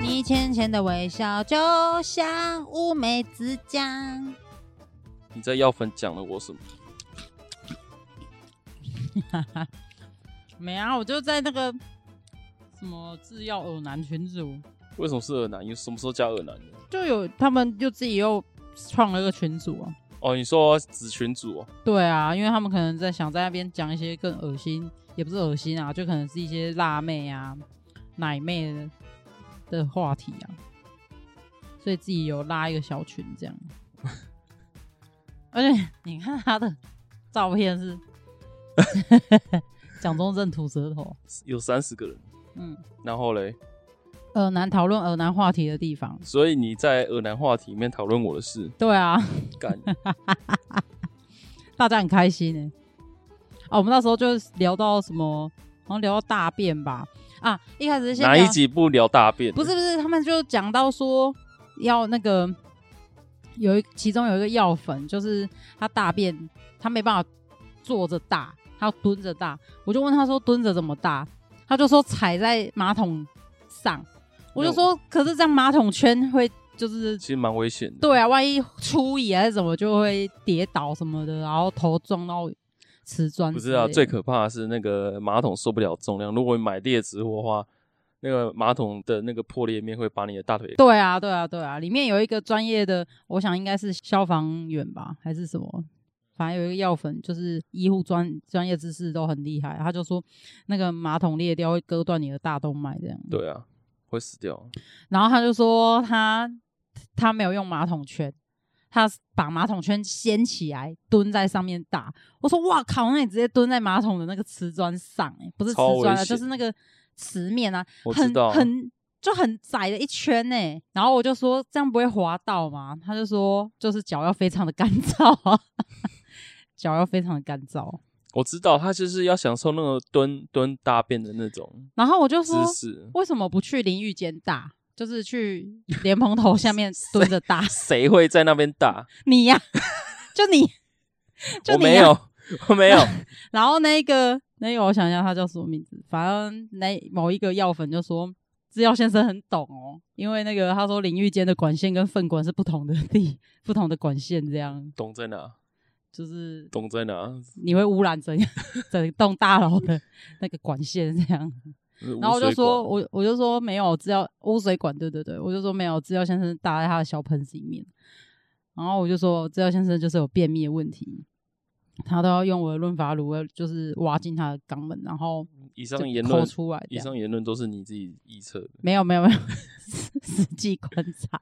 你浅浅的微笑就像乌梅子酱。你在药粉讲了我什么？没啊，我就在那个什么制药偶男群组，为什么是耳男？你什么时候加耳男的？就有他们就自己又创了个群组啊。哦，你说子群主哦，对啊，因为他们可能在想在那边讲一些更恶心，也不是恶心啊，就可能是一些辣妹啊、奶妹的的话题啊，所以自己有拉一个小群这样。而且 你看他的照片是蒋中正吐舌头，有三十个人。嗯，然后嘞，耳男呃讨论耳男话题的地方，所以你在耳男话题里面讨论我的事，对啊， 干大家很开心呢、啊，我们那时候就聊到什么，好像聊到大便吧？啊，一开始先哪聊一集不聊大便？不是，不是，他们就讲到说要那个有一其中有一个药粉，就是他大便他没办法坐着大，他要蹲着大。我就问他说蹲着怎么大，他就说踩在马桶上。我就说可是这样马桶圈会就是其实蛮危险的。对啊，万一出椅还是什么就会跌倒什么的，然后头撞到瓷砖不之是类的。啊，最可怕的是那个马桶受不了重量，如果你买劣质货的话，那个马桶的那个破裂面会把你的大腿对啊，对啊，对啊，里面有一个专业的，我想应该是消防员吧，还是什么，反正有一个药粉，就是医护专专业知识都很厉害。他就说，那个马桶裂掉会割断你的大动脉这样。对啊，会死掉。然后他就说他他没有用马桶圈，他把马桶圈掀起来蹲在上面打。我说哇靠，那你直接蹲在马桶的那个瓷砖上、欸，不是瓷超危砖啊，险就是那个瓷面啊，我知很道，很就很窄的一圈呢、然后我就说这样不会滑倒吗？他就说就是脚要非常的干燥，啊 脚要非常的干燥。我知道，他就是要享受那个蹲蹲大便的那种然后我就姿说势。为什么不去淋浴间打？就是去莲蓬头下 面蹲着打谁会在那边打？ 你呀、就你， 就我你、呀啊没。有，我 没有。然后那个那个，我想一下，他叫什么名字？反正那某一个药粉就说。制药先生很懂哦，因为那个他说淋浴间的管线跟粪管是不同的地，不同的管线，这样懂在哪？就是懂啊在哪？你会污染整整栋大楼的那个管线这样。然后我就说，我我就说没有，只要污水管，对对对，我就说没有，制药先生搭在他的小盆子里面。然后我就说，制药先生就是有便秘的问题，他都要用我的润发乳，就是挖进他的肛门，然后嗯以就上言抠论，出来这以样。上言论都是你自己臆测的。没有没有没有， 实际观察，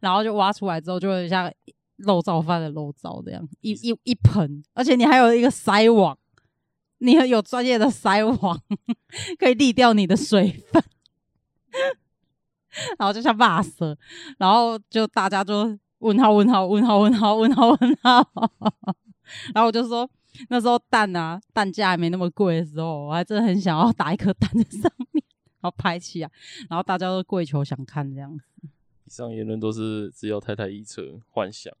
然后就挖出来之后，就会像肉燥饭的肉燥这样，一一一盆，而且你还有一个筛网，你很有专业的筛网， 可以沥掉你的水分， 然后就像骂蛇，然后就大家就问号问号问号问号问号问号， 然后我就说。那时候蛋啊，蛋价还没那么贵的时候，我还真的很想要打一颗蛋在上面，然后拍起来，然后大家都跪求想看这样子。以上言论都是只有太太臆测、幻想。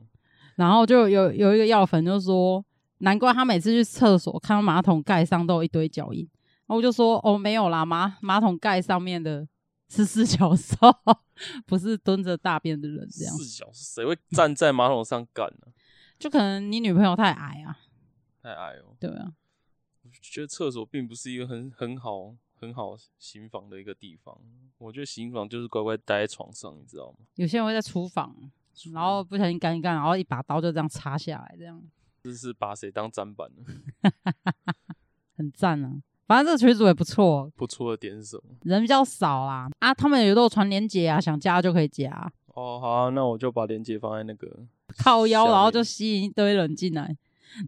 然后就有有一个药粉就说，难怪他每次去厕所看到马桶盖上都有一堆脚印。然后我就说，哦，没有啦，马马桶盖上面的是四脚兽，不是蹲着大便的人这样。四小时谁会站在马桶上干呢、就可能你女朋友太矮啊，太矮哦！对啊，我觉得厕所并不是一个很很好很好行房的一个地方。我觉得行房就是乖乖待在床上，你知道吗？有些人会在厨房，然后不小心干一干，然后一把刀就这样插下来，这样这是把谁当砧板呢？ 很赞啊。反正这个群主也不错，不错的点是什么？人比较少啦啊，他们有都有传连结啊，想加就可以加啊、哦，好啊、那我就把链接放在那个靠腰，下然后面就吸引一堆人进来，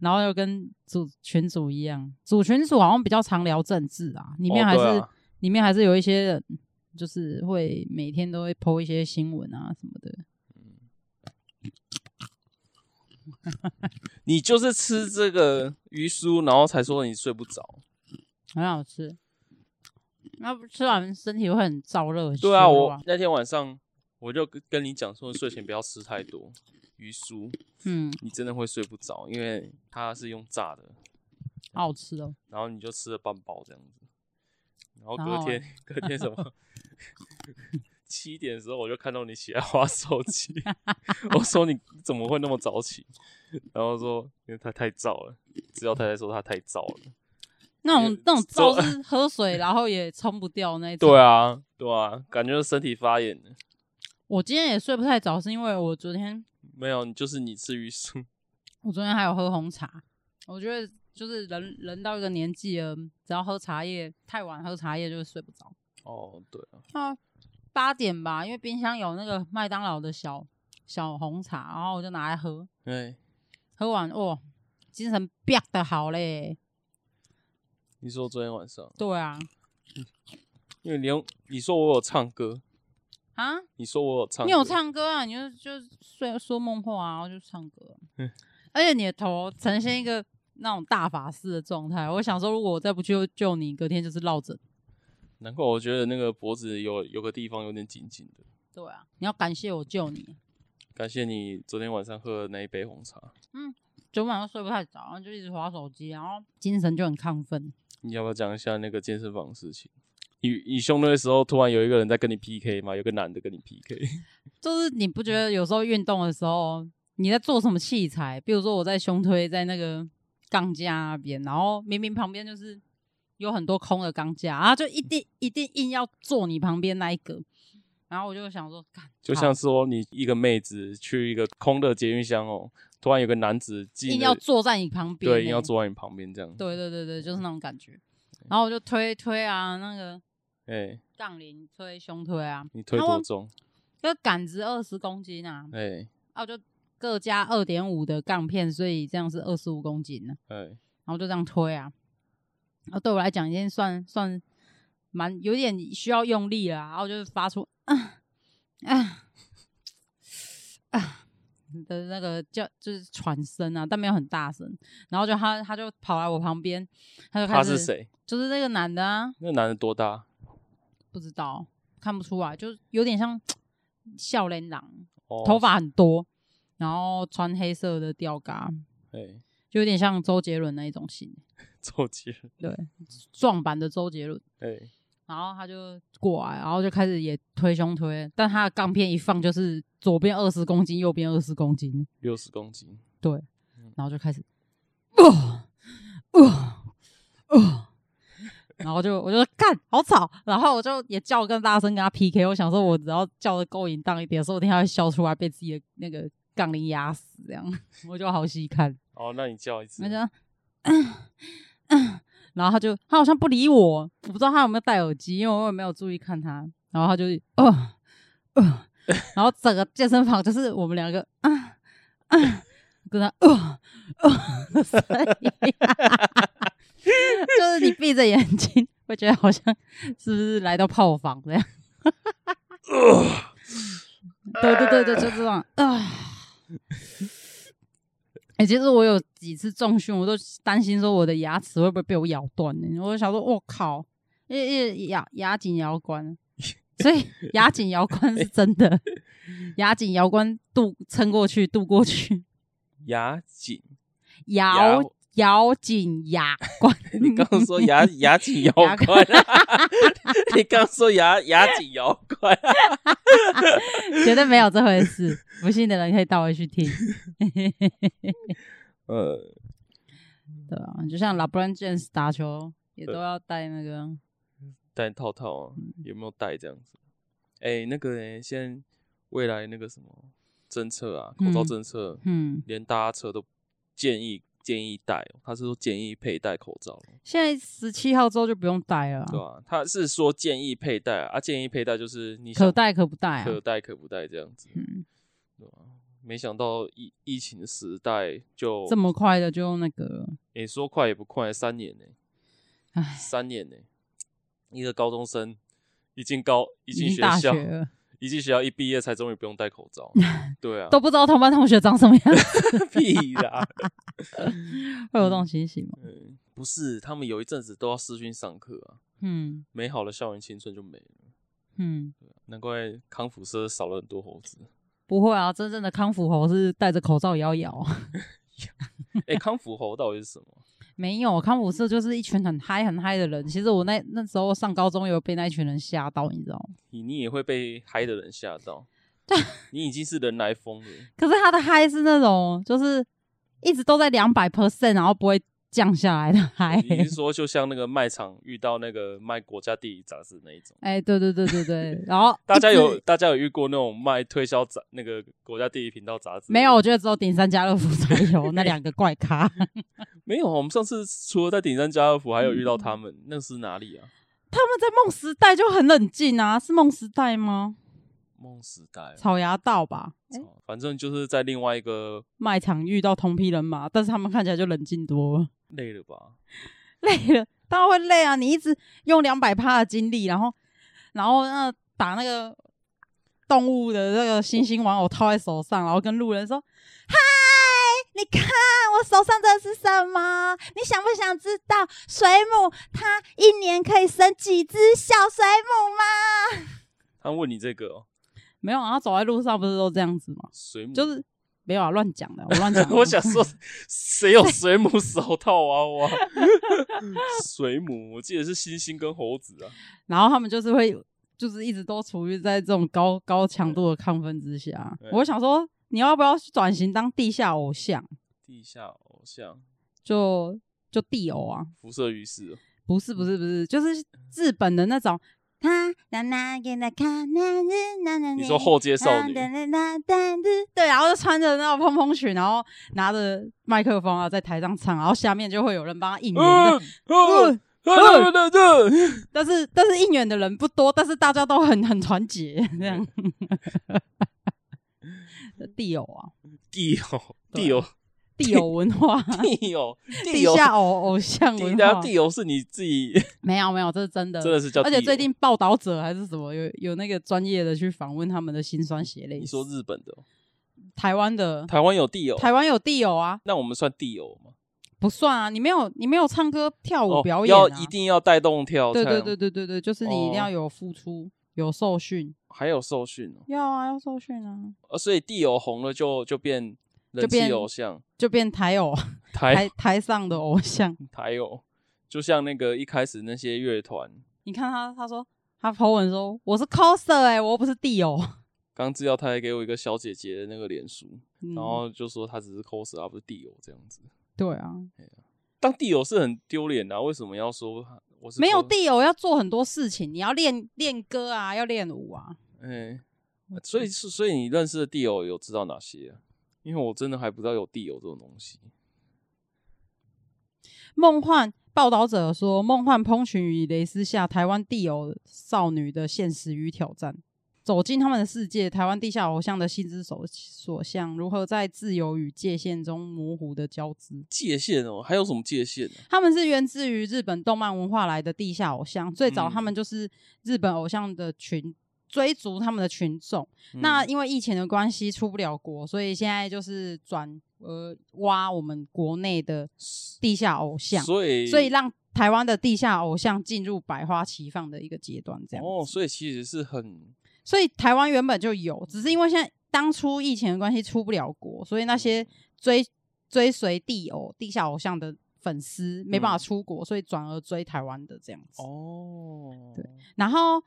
然后又跟主群主一样，主群主好像比较常聊政治啊，里面哦还是、对啊里面还是有一些人，就是会每天都会 PO 一些新闻啊什么的。你就是吃这个鱼酥，然后才说你睡不着。很好吃。那不吃完身体会很燥热，很对啊，虚弱我那天晚上我我就跟你讲说，睡前不要吃太多鱼酥，嗯，你真的会睡不着，因为它是用炸的，好好吃哦。然后你就吃了半包这样子，然后然后隔天隔天什么 七点的时候，我就看到你起来划手机，我说你怎么会那么早起？然后说因为他太燥了，知道太太说他太燥了。那种也那种皂是 喝水然后也冲不掉那一种。对啊，对啊，感觉身体发炎了。我今天也睡不太着，是因为我昨天没有，就是你吃鱼酥， 我昨天还有喝红茶，我觉得就是人人到一个年纪了，只要喝茶叶太晚喝茶叶就会睡不着。哦，对啊，啊，八点吧，因为冰箱有那个麦当劳的小小红茶，然后我就拿来喝，哎，喝完哦，精神变的好嘞。你说昨天晚上，对啊，因为你用你说我有唱歌，啊，你说我有唱，你有，唱歌啊，你就就睡说梦话啊，然后就唱歌嗯。而且你的头呈现一个那种大法师的状态，我想说，如果我再不去救你，隔天就是落枕。难怪我觉得那个脖子有有个地方有点紧紧的。对啊，你要感谢我救你。啊感谢你昨天晚上喝的那一杯红茶，昨晚上睡不太着，然后就一直划手机，然后精神就很亢奋。你要不要讲一下那个健身房的事情？你你兄那时候突然有一个人在跟你 PK 吗？有个男的跟你 PK，就是你不觉嗯得有时候运动的时候，你在做什么器材？比如说我在胸推，在那个杠架那边，然后明明旁边就是有很多空的杠架，然后就一定一定硬要坐你旁边那一个，然后我就想说，干， 就好像说你一个妹子去一个空的捷运箱哦，突然有个男子进了，硬要坐在你旁边、对，硬要，坐在你旁边这样，对对对对，就是那种感觉。然后我就推推啊，那个哎、杠铃推、胸推啊，你推啊多我重？就杆子二十公斤啊，哎、啊，我就各加二点五的杠片，所以这样是二十五公斤呢、哎、然后就这样推啊。啊，对我来讲已经算算蛮有点需要用力了啊，然后就是发出啊啊啊的那个叫就是喘声啊，但没有很大声。然后就他他就跑来我旁边，他就开他始是？谁？就是那个男的啊，那男的多大？不知道看不出来，就是有点像笑脸狼，哦，头，发很多，然后穿黑色的吊嘎，哎、就有点像周杰伦那一种型，周杰伦，对，壮版的周杰伦。哎、然后他就过来，然后就开始也推胸推，但他的杠片一放就是左边二十公斤，右边二十公斤，六十公斤，然后就开始，哦哦哦，然后就我就干好吵，然后我就也叫更大声跟他 PK，我想说我只要叫的够淫荡一点，说不定他会笑出来被自己的那个杠铃压死，这样 我就好细看。哦，那你叫一次那，就，然后他就他好像不理我，我不知道他有没有戴耳机，因为我也没有注意看他。然后他就，哦，哦，然后整个健身房就是我们两个，啊啊，跟他，哦，哦的声音， 就是你闭着眼睛会觉得好像是不是来到炮房这样。 对对对对，就这样啊。哎、其实我有几次重训，我都担心说我的牙齿会不会被我咬断呢、我就想说，我靠，因为因为牙牙颈咬关，所 以牙颈咬关是真的，牙颈咬关渡撑过去，渡过去，牙 颈，咬咬紧牙关。 你刚刚说 牙牙颈摇牙快， 你刚刚说牙牙颈摇快，绝对没有这回事，不信的人可以倒回去听。呃，对啊，就像 LeBron James 打球也都要戴那个，戴套套啊，有没有戴这样子？哎、那个呢，现在未来那个什么政策啊，口罩嗯政策，嗯，连搭车都建议建议戴、哦，他是说建议佩戴口罩，现在十七号之后就不用戴了啊、对吧、他是说建议佩戴啊，啊建议佩戴就是你想可戴可不戴啊。可戴可不戴这样子，嗯，对吧、没想到疫疫情的时代就这么快的就那个了，诶、说快也不快，三年呢、唉，三年呢、一个高中生一进高一已进经学大校，学 了，一进学校一毕业才终于不用戴口 罩，对啊，都不知道同班同学长 什么样，屁啦， 会有这种情形吗？嗯，不是，他们有一阵子都要视讯上课啊，嗯美好的校园青春就没了，嗯，难怪康复社少了很多猴子。不会啊，真正的康复猴是戴着口罩也要咬。 哎、康复猴到底是什么？没有康复社就是一群很嗨很嗨的人。其实我那那时候上高中有被那一群人吓到，你知道吗？你你也会被嗨的人吓到， 你已经是人来疯了。可是他的嗨是那种就是一直都在两百 percent，然后不会降下来的嗨。哦你 是说就像那个卖场遇到那个卖国家地理杂志那一种？哎、对对对对对，然后大家一直有大家有遇过那种卖推销杂那个国家地理频道杂志？没有？我，觉得只有顶山家乐福才有那两个怪咖。没有。我们上次除了在顶山家乐福，还有遇嗯到他们，那是哪里啊？他们在梦时代就很冷静啊，是梦时代吗？梦时代啊，草芽道吧，操反正就是在另外一个卖场遇到同批人马，但是他们看起来就冷静多了。累了吧？ 累了，当然会累啊！你一直用两百趴的精力，然后然后那把那个动物的那个星星玩偶套在手上，然后跟路人说：“嗨，你看我手上这是什么？你想不想知道？水母它一年可以生几只小水母吗他问你这个、哦、？”没有啊，他走在路上不是都这样子吗？水母，就是没有啊，乱讲的，我乱讲的。嗯 啊我想说，嗯谁有水母手套 娃娃？ 水母，我记得是猩猩跟猴子啊。然后他们就是会，就是一直都处于在这种高高强度的亢奋之下对。我想说，你要不要去转型当地下偶像？地下偶像，就就地偶啊？辐射于世哦。不是不是不是，就是日本的那种。他那那给那看那日那那你说后街少女，嗯对，然后就穿着那种蓬蓬裙，然后拿着麦克风啊，在台上唱，然后下面就会有人帮他应援。嗯嗯嗯嗯嗯，但是但是应援的人不多，但是大家都很很团结这样。 地友啊，地偶地偶地友文化，地偶啊地地 偶下偶偶像地文等下化，地偶是你自己，没有没有，这是真的。真的是叫地而偶。且最近报道者还是什么，有有那个专业的去访问他们的辛酸血泪史。你说日本的哦，台湾的，台湾有地偶，台湾有地友啊？那我们算地偶吗？不算啊，你没有你没有唱歌跳舞哦表演、啊要一定要带动跳，对才对能对对对对，就是你一定要哦有付出，有受训，还有受训哦。要啊要受训啊，呃，所以地友红了就就变人就气变偶像，就变台偶台台台上的偶像。台友，就像那个一开始那些乐团，你看他，他说他 po 文说我是 coser 哎、我又不是地友。刚制药他还给我一个小姐姐的那个脸书，嗯然后就说他只是 coser 而不是地友这样子。对啊，当地友是很丢脸的啊，为什么要说他我是没有 cos- 地友要做很多事情，你要练练歌啊，要练舞啊。哎、所以是所以你认识的地友有知道哪些、啊？因为我真的还不知道有地友这种东西。梦幻报道者说，梦幻烹群与蕾丝下，台湾地友少女的现实与挑战。走进他们的世界，台湾地下偶像的心之所所向，如何在自由与界限中模糊的交织？界限哦，还有什么界限呢、他们是源自于日本动漫文化来的地下偶像，最早嗯他们就是日本偶像的群追逐他们的群众。嗯那因为疫情的关系出不了国，所以现在就是转呃挖我们国内的地下偶像，所以所以让台湾的地下偶像进入百花齐放的一个阶段，这样哦，子所以其实是很所以台湾原本就有，只是因为现在当初疫情的关系出不了国，所以那些追追随地偶、地下偶像的粉丝没办法嗯出国，所以转而追台湾的这样子。哦，对然后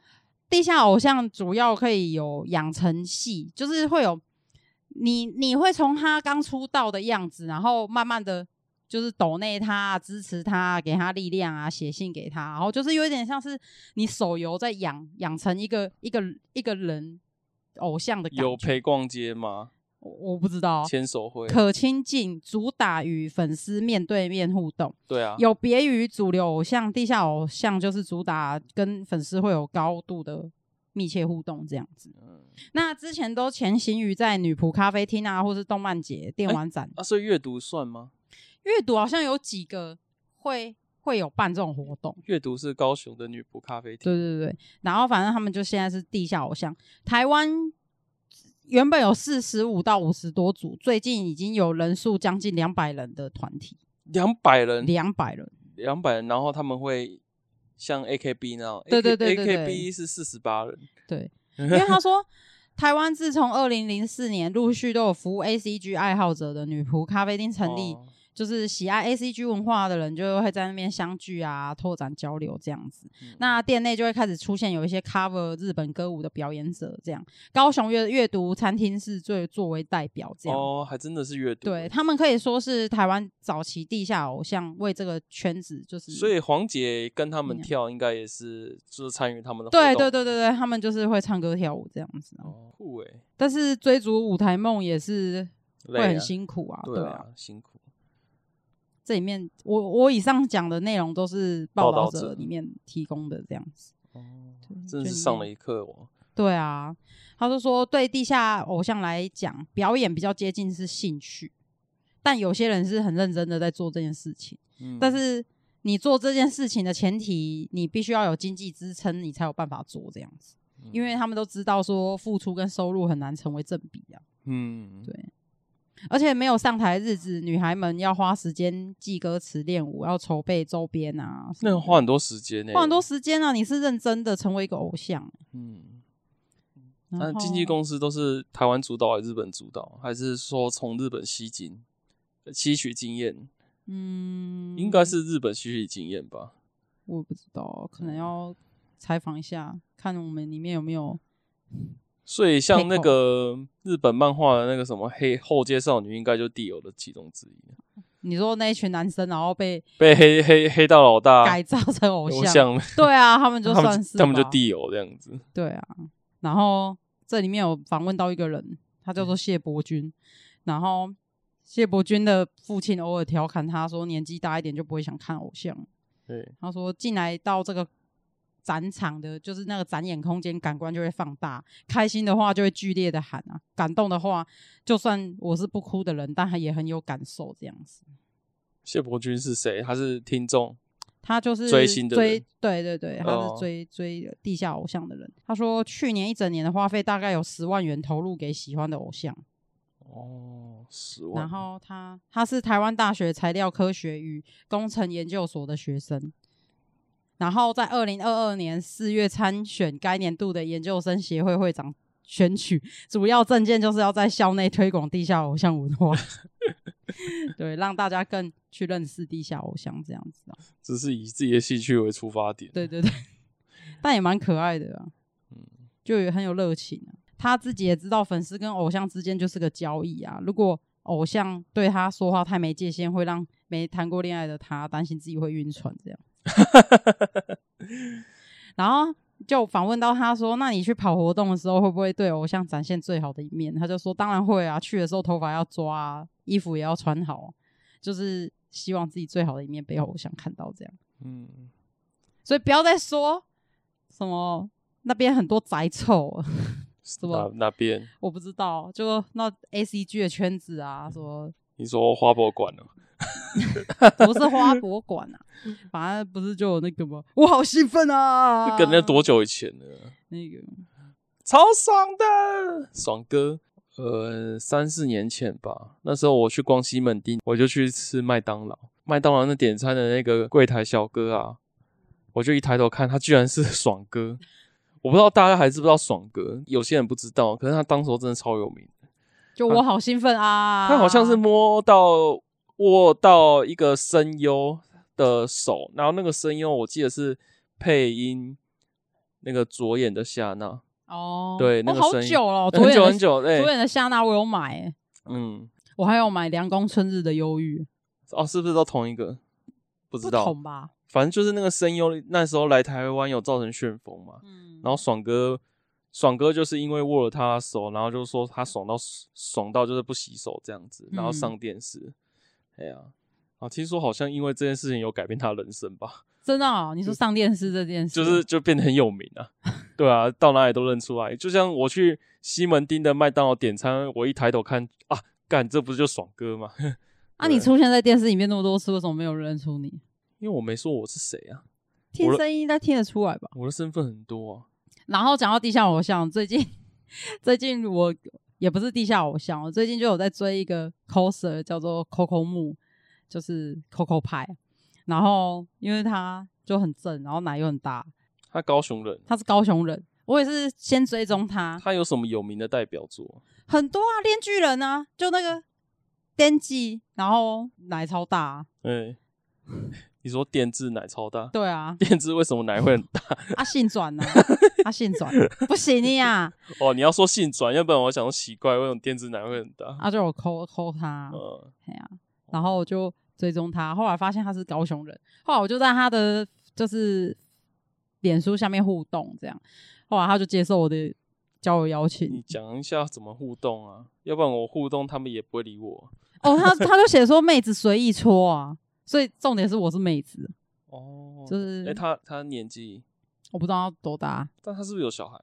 地下偶像主要可以有养成系，就是会有你你会从他刚出道的样子，然后慢慢的就是抖内他啊、支持他啊、给他力量啊，写信给他，然后就是有一点像是你手游在养养成一个一个一个人偶像的感有觉。陪逛街吗？我我不知道。牵手会？可亲近，主打与粉丝面对面互动，对啊，有别于主流偶像，地下偶像就是主打跟粉丝会有高度的密切互动这样子。嗯那之前都潜行于在女仆咖啡厅啊，或是动漫节、电玩展，啊，所以阅读算吗？阅、读好像有几个会会有办这种活动。阅读是高雄的女仆咖啡厅，对对对，然后反正他们就现在是地下偶像。台湾原本有四十五到五十多组，最近已经有人数将近两百人的团体，两百人，两百人。两百人，然后他们会像 AKB 那样，对对对对对 a k b 是四十八人，对， 因为他说台湾自从二零零四年陆续都有服务 ACG 爱好者的女仆咖啡厅成立，哦就是喜爱 ACG 文化的人就会在那边相聚啊，拓展交流这样子。嗯那店内就会开始出现有一些 cover 日本歌舞的表演者，这样。高雄阅阅读餐厅是最作为代表这样。哦，还真的是阅读，对，他们可以说是台湾早期地下偶像为这个圈子就是，所以黄姐跟他们嗯跳应该也是就是参与他们的活对动，对对对对，他们就是会唱歌跳舞这样子啊、哦，酷哎，但是追逐舞台梦也是累会很啊辛苦啊，对对啊。啊，辛苦，这里面我我以上讲的内容都是报报道道者者里面提供的这样子，哦，对真就的是里上面了一课哦，对啊，他就说对地下偶像来讲，表演比较接近是兴趣，但有些人是很认真的在做这件事情。嗯但是你做这件事情的前提，你必须要有经济支撑，你才有办法做这样子。嗯因为他们都知道说付出跟收入很难成为正比啊，嗯，对而且没有上台的日子，女孩们要花时间记歌词、练舞，要筹备周边啊什么的，那花很多时间呢，花很多，时间啊。你是认真的成为一个偶像，嗯，然那后嗯经纪公司都是台湾主导还是日本主导，还是说从日本吸金呃吸取经验？嗯，应该是日本吸取经验吧。我也不知道，可嗯能要采访一下，看我们里面有没有。所以像那配扣个日本漫画的那个什么黑后街少女，应该就地友的其中之一，你说那一群男生，然后被被黑黑黑道老大改造成偶啊偶像，像，对啊，他们就 他算们是他们就吧地友这样子。对啊。然后这里面有访问到一个人，他叫做谢伯君，然后谢伯君的父亲偶尔调侃他说，年纪大一点就不会想看偶像了。对，他说进来到这个展场的，就是那个展演空间，感官就会放大。开心的话就会剧烈的喊啊，感动的话，就算我是不哭的人，但他也很有感受这样子。谢伯君是谁？他是听众，他就是追星的追人对对对，他哦是追、追地下偶像的人。他说去年一整年的花费大概有十万元投入给喜欢的偶像，哦，十万，然后他他是台湾大学材料科学与工程研究所的学生，然后在二零二二年四月参选该年度的研究生协会会长选举，主要政见就是要在校内推广地下偶像文 化，对，让大家更去认识地下偶像这样子啊，只是以自己的兴趣为出发点。对对对， 但也蛮可爱的啊，嗯，就也很有热情啊。他自己也知道，粉丝跟偶像之间就是个交易啊。如果偶像对他说话太没界限，会让没谈过恋爱的他担心自己会晕船这样。然后就访问到他说：“那你去跑活动的时候，会不会对偶像展现最好的一面？”他就说：“当然会啊，去的时候头发要抓、啊，衣服也要穿好啊、就是希望自己最好的一面被偶像看到这样。” 嗯，所以不要再说什么那边很多宅臭了， 是什哪么哪边？我不知道，就那 A C G 的圈子啊，什么你说花博馆哦了？不是花博馆啊，反正不是就有那个吗？我好兴奋啊！那个那多久以前了？那个超爽的，爽哥。呃，三四年前吧，那时候我去逛西门町，我就去吃麦当劳。麦当劳那点餐的那个柜台小哥啊，我就一抬头看，他居然是 爽哥。我不知道大家还知不知道爽哥，有些人不知道，可是他当时候真的超有名。就我好兴奋啊！他好像是摸到握到一个声优的手，然后那个声优我记得是配音那个左眼的夏娜，哦，对哦那个好声音久了，我很久昨很天的久，哎、昨天的夏娜我有买、欸嗯，我还有买凉宫春日的忧郁，哦，是不是都同一个？不知不道，同吧？反正就是那个声优那时候来台湾有造成旋风嘛，嗯，然后爽哥。爽哥就是因为握了他的手，然后就说他爽到爽到就是不洗手这样子，然后嗯上电视。哎呀、啊，听说好像因为这件事情有改变他人生吧？真的、哦，你说上电视这件事，就是就变得很有名啊。对啊，到哪里都认出来。就像我去西门町的麦当劳点餐，我一抬头看啊，干，这不是就爽哥吗？ 啊，对你出现在电视里面那么多次，为什么没有人认出你？因为我没说我是谁啊，听声音应该听得出来吧？我的身份很多啊。 然后讲到地下偶像，最近最近我也不是地下偶像，哦我最近就有在追一个 coser 叫做 Coco 木，就是 Coco 派。然后因为他就很正，然后奶又很大，他高雄人，他是高雄人，我也是先追踪他，他有什么有名的代表作？很多啊，链巨人啊，就那个电击，然后奶超大、啊，哎、你说电制奶超大， 对啊，电制为什么奶会很大？啊性转啊，啊性转，不行啊你呀、哦，你要说性转，要不然我想说奇怪，为什么电制奶会很大？啊就我抠抠他，呃，哎呀、然后我就追踪他，后来发现他是高雄人，后来我就在他的就是脸书下面互动这样，后来他就接受我的交友邀你请，讲一下怎么互动啊？要不然我互动他们也不会理我。哦， 他他就写说妹子随意戳啊，所以重点是我是妹子，哦，就是哎、他他年纪，我不知道他多大，但他是不是有小孩？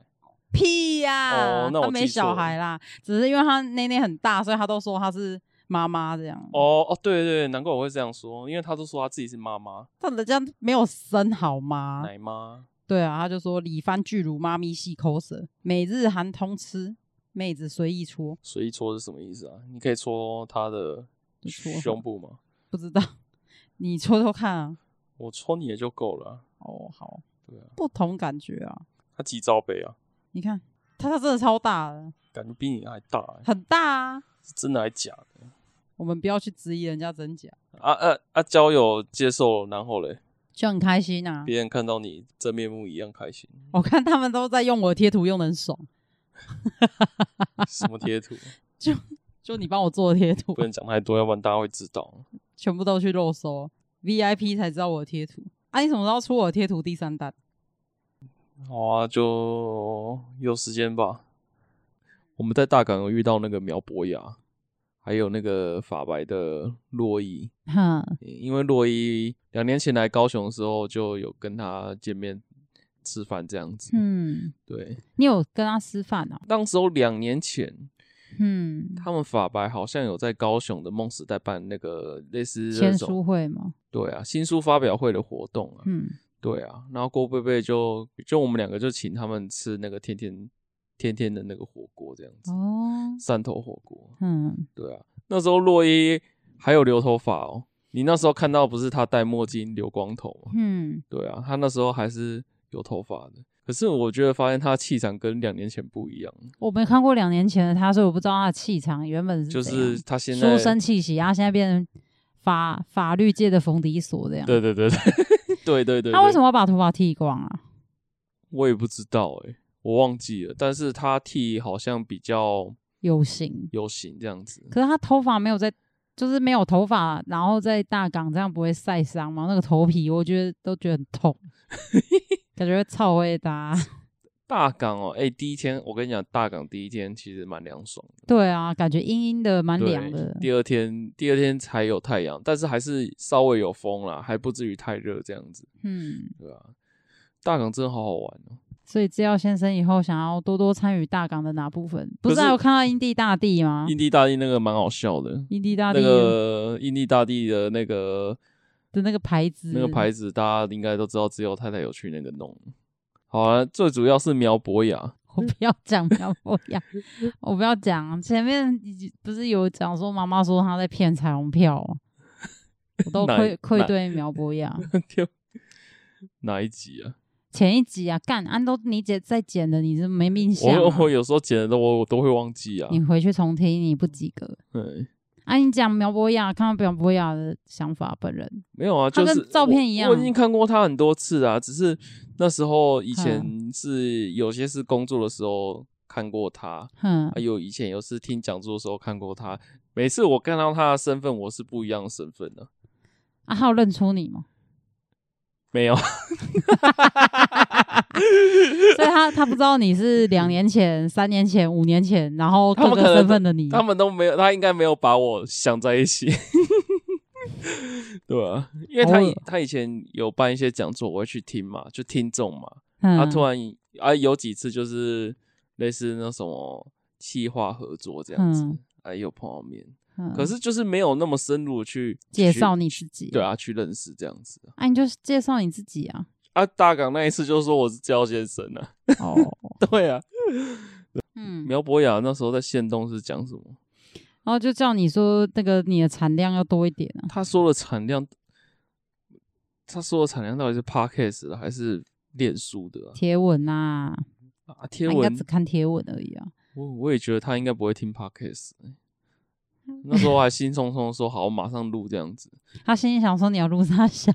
屁呀、哦那我他没记错小了孩啦，只是因为他内内很大，所以他都说他是妈妈这样，哦哦，对对对，难怪我会这样说，因为他都说他自己是妈妈、但人家没有生好吗？奶妈，对啊，他就说李帆巨乳妈咪系抠舌，每日韩通吃，妹子随意戳，随意戳是什么意思啊？你可以戳他的就戳胸部吗？不知道你戳戳看啊。我戳你也就够了啊、哦，好，对啊，不同感觉啊。他几罩杯啊？你看，他他真的超大的，感觉比你还大、欸，很大啊。是真的还假的？我们不要去质疑人家真假，啊啊啊！交友接受，然后嘞，就很开心啊。别人看到你真面目一样开心。我看他们都在用我的贴图，用的很爽。什么贴 图？就你帮我做的贴图不，能讲太多，要不然大家会知道。全部都去肉搜啊 VIP 才知道我的贴图。啊，你什么时候出我的贴图第三弹？好啊，就有时间吧。我们在大港有遇到那个苗博雅，还有那个法白的洛伊，哈，因为洛伊两年前来高雄的时候就有跟他见面吃饭这样子。，嗯，对，你有跟他吃饭啊？当时候两年前，嗯，他们法白好像有在高雄的梦时代办那个类似这签书种会吗？对啊新书发表会的活动啊。嗯，对啊，然后郭贝贝就就我们两个就请他们吃那个天天天天的那个火锅这样子，哦，汕头火锅。嗯，对啊，那时候洛伊还有留头发哦，你那时候看到不是他戴墨镜留光头吗？嗯，对啊，他那时候还是有头发的，可是我觉得发现他的气场跟两年前不一样，我没看过两年前的他，所以我不知道他的气场原本是就怎样是他现在书生气息，然后现在变成法法律界的冯迪索这样。对对对 对对对对，他为什么么要把头发剃光啊？我也不知道哎、我忘记了，但是他剃好像比较有型，有型这样子，可是他头发没有在，就是没有头发，然后在大港这样不会晒伤吗？那个头皮我觉得都觉得很 痛，感觉会超会搭。大港哦，哎、第一天我跟你讲，大港第一天其实蛮凉爽的，对啊，感觉阴阴的，蛮对凉的。第二天，第二天才有太阳，但是还是稍微有风啦，还不至于太热这样子，嗯，对吧、大港真的好好玩哦。所以制药先生以后想要多多参与大港的哪部分？不是可是还有看到印地大帝吗？印地大帝那个蛮好笑的，啊印地大那帝个印地大帝的那个的那个牌子，那个牌子，子，大家应该都知道，只有太太有去那个弄。好啊，最主要是苗博雅，我不要讲，不要，不要，我不要讲。前面已经不是有讲说妈妈说她在骗彩虹票哦，我都哪愧一愧哪对苗博雅。哪一集啊？前一集啊，干安都你姐在剪的，你是没印象啊、我我有时候剪的都我我都会忘记啊你。回去重听，你不及格。对，啊，你讲苗博雅，看到苗博雅的想法，本人没有啊，它就跟是照片我一样我已经看过他很多次啊，只是那时候以嗯前是有些是工作的时候看过他，哼还有以前有是听讲座的时候看过他。每次我看到他的身份，我是不一样的身份的、啊，还有认出你吗？没有，嗯所以他他不知道你是两年前、三年前、五年前，然后他各们个可能身份的你， 他们都没有，他应该没有把我想在一起。 对啊，因为他以偶尔他以前有办一些讲座，我会去听嘛，就听众嘛。嗯他突然啊有几次就是类似那什么企划合作这样子，嗯啊有碰到面，嗯可是就是没有那么深入地去介去绍你自己，对啊去认识这样子啊，你就介绍你自己 啊。啊。大港那一次就说我是焦先生啊， 哦，对啊，嗯，苗博雅那时候在县东是讲什么？然后就叫你说那个你的产量要多一点啊。他说的产量，他说的产量到底是 podcast 的还是脸书的啊贴文呐、啊？他贴应该文只看贴文而已啊。我我也觉得他应该不会听 podcast 欸、嗯那时候我还兴冲冲地说好，我马上录这样子。他心里想说你要录啥 小？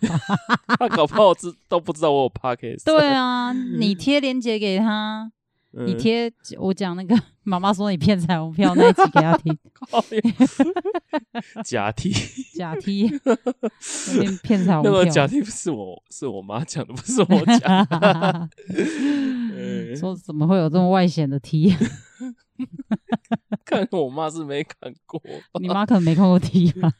他搞不好知都不知道我有 podcast。对啊，你贴链接给他，嗯，你贴我讲那个妈妈说你骗彩虹票那一集给他听，靠呀假题，假 踢，有点骗彩虹那票。个假题不是我是我妈讲的，不是我 讲的。嗯说怎么会有这么外显的 踢？哎看我妈是没看过， 你妈可能没看过啊踢吧？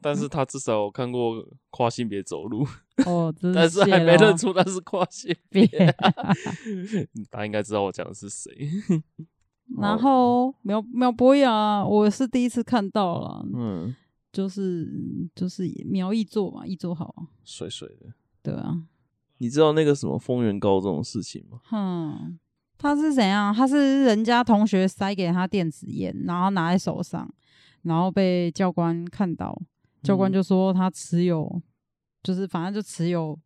但是她至少有看过跨性别走路， 哦，真但是谢啊还没咯认出那是跨性别别。 她应该知道我讲的是谁。 哦然后苗苗博雅，啊我是第一次看到了，嗯，就是就是苗一座嘛，一座好啊，水水的。对啊，你知道那个什么丰原高中的事情吗？哼，他是怎样？他是人家同学塞给他电子烟，然后拿在手上，然后被教官看到，教官嗯就说他持有，就是反正就持有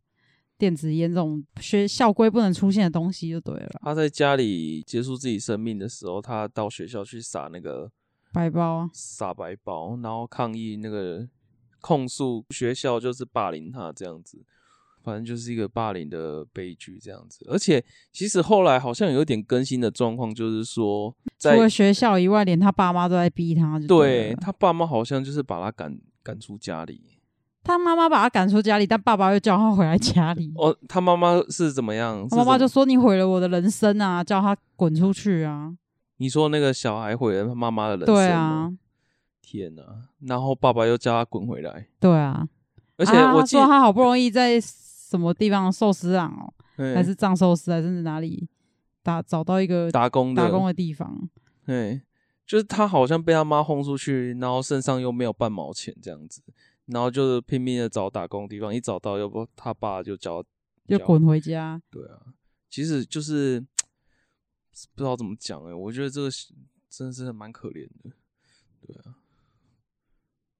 电子烟这种学校规不能出现的东西就对了啦，他在家里结束自己生命的时候，他到学校去撒那个白包啊，撒白包，然后抗议那个控诉学校就是霸凌他这样子，反正就是一个霸凌的悲剧这样子。而且其实后来好像有点更新的状况，就是说除在嗯了学校以外，连他爸妈都在逼他就对对了他爸妈好像就是把他赶赶出家里。他妈妈把他赶出家里，但爸爸又叫他回来家里。哦，他妈妈是怎么样？嗯他妈妈是怎就么说：“你毁了我的人生啊，叫他滚出去啊你说那个小孩毁了他妈妈的！”人生吗对啊，，天哪、然后爸爸又叫他滚回来，对啊。而且啊我他记说他好不容易在什么地方寿司郎哦，嗯还是藏寿司还是哪里打找到一个打工的打工的地方，对，就是他好像被他妈轰出去，然后身上又没有半毛钱这样子，然后就是拼命的找打工地方，一找到，要不他爸就叫他就叫滚回家。 对啊，其实就是不知道怎么讲哎、我觉得这个是真的是蛮可怜的，对啊，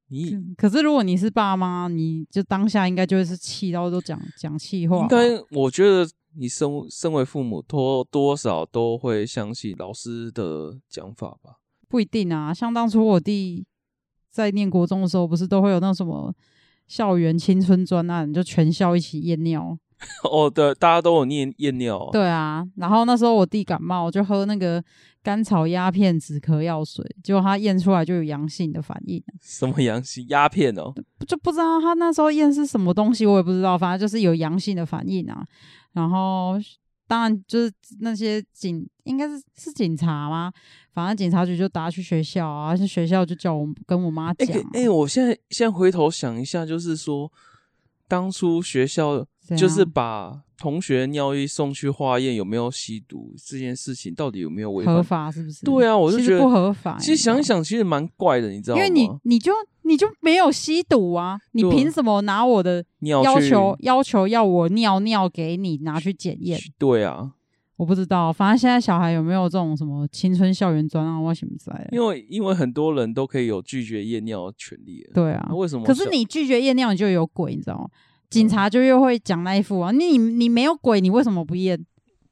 你应可是如果你是爸妈，你就当下应该就会是气到都讲讲气话吧。该我觉得你身身为父母多多少都会相信老师的讲法吧， 不一定啊，像当初我弟在念国中的时候，不是都会有那什么校园青春专案，就全校一起验尿。哦对，大家都有念验尿啊，对啊，然后那时候我弟感冒，就喝那个甘草鸦片止咳药水，结果他验出来就有阳性的反应，什么阳性鸦片哦，就不知道他那时候验是什么东西，我也不知道，反正就是有阳性的反应啊。然后当然就是那些警，应该是是警察吗？反正警察局就打去学校啊，去学校就叫我跟我妈哎、讲啊、可哎、我现在现在回头想一下，就是说，当初学校怎就是样把同学尿液送去化验有没有吸毒这件事情，到底有没有违合反？法是不是？对啊，我就其觉实得不合法。其实想一你知道吗，想，其实蛮怪的，你知道因吗？为你你就你就没有吸毒啊，你对凭什么拿我的尿要去求要求要我尿尿给你拿去检验？去对啊，我不知道，反正现在小孩有没有这种什么青春校园专案，我想不知道。欸因为因为很多人都可以有拒绝验尿的权利了，对啊那，为什么小？可是你拒绝验尿，你就有鬼，你知道吗？警察就又会讲那一副啊，你你没有鬼，你为什么不验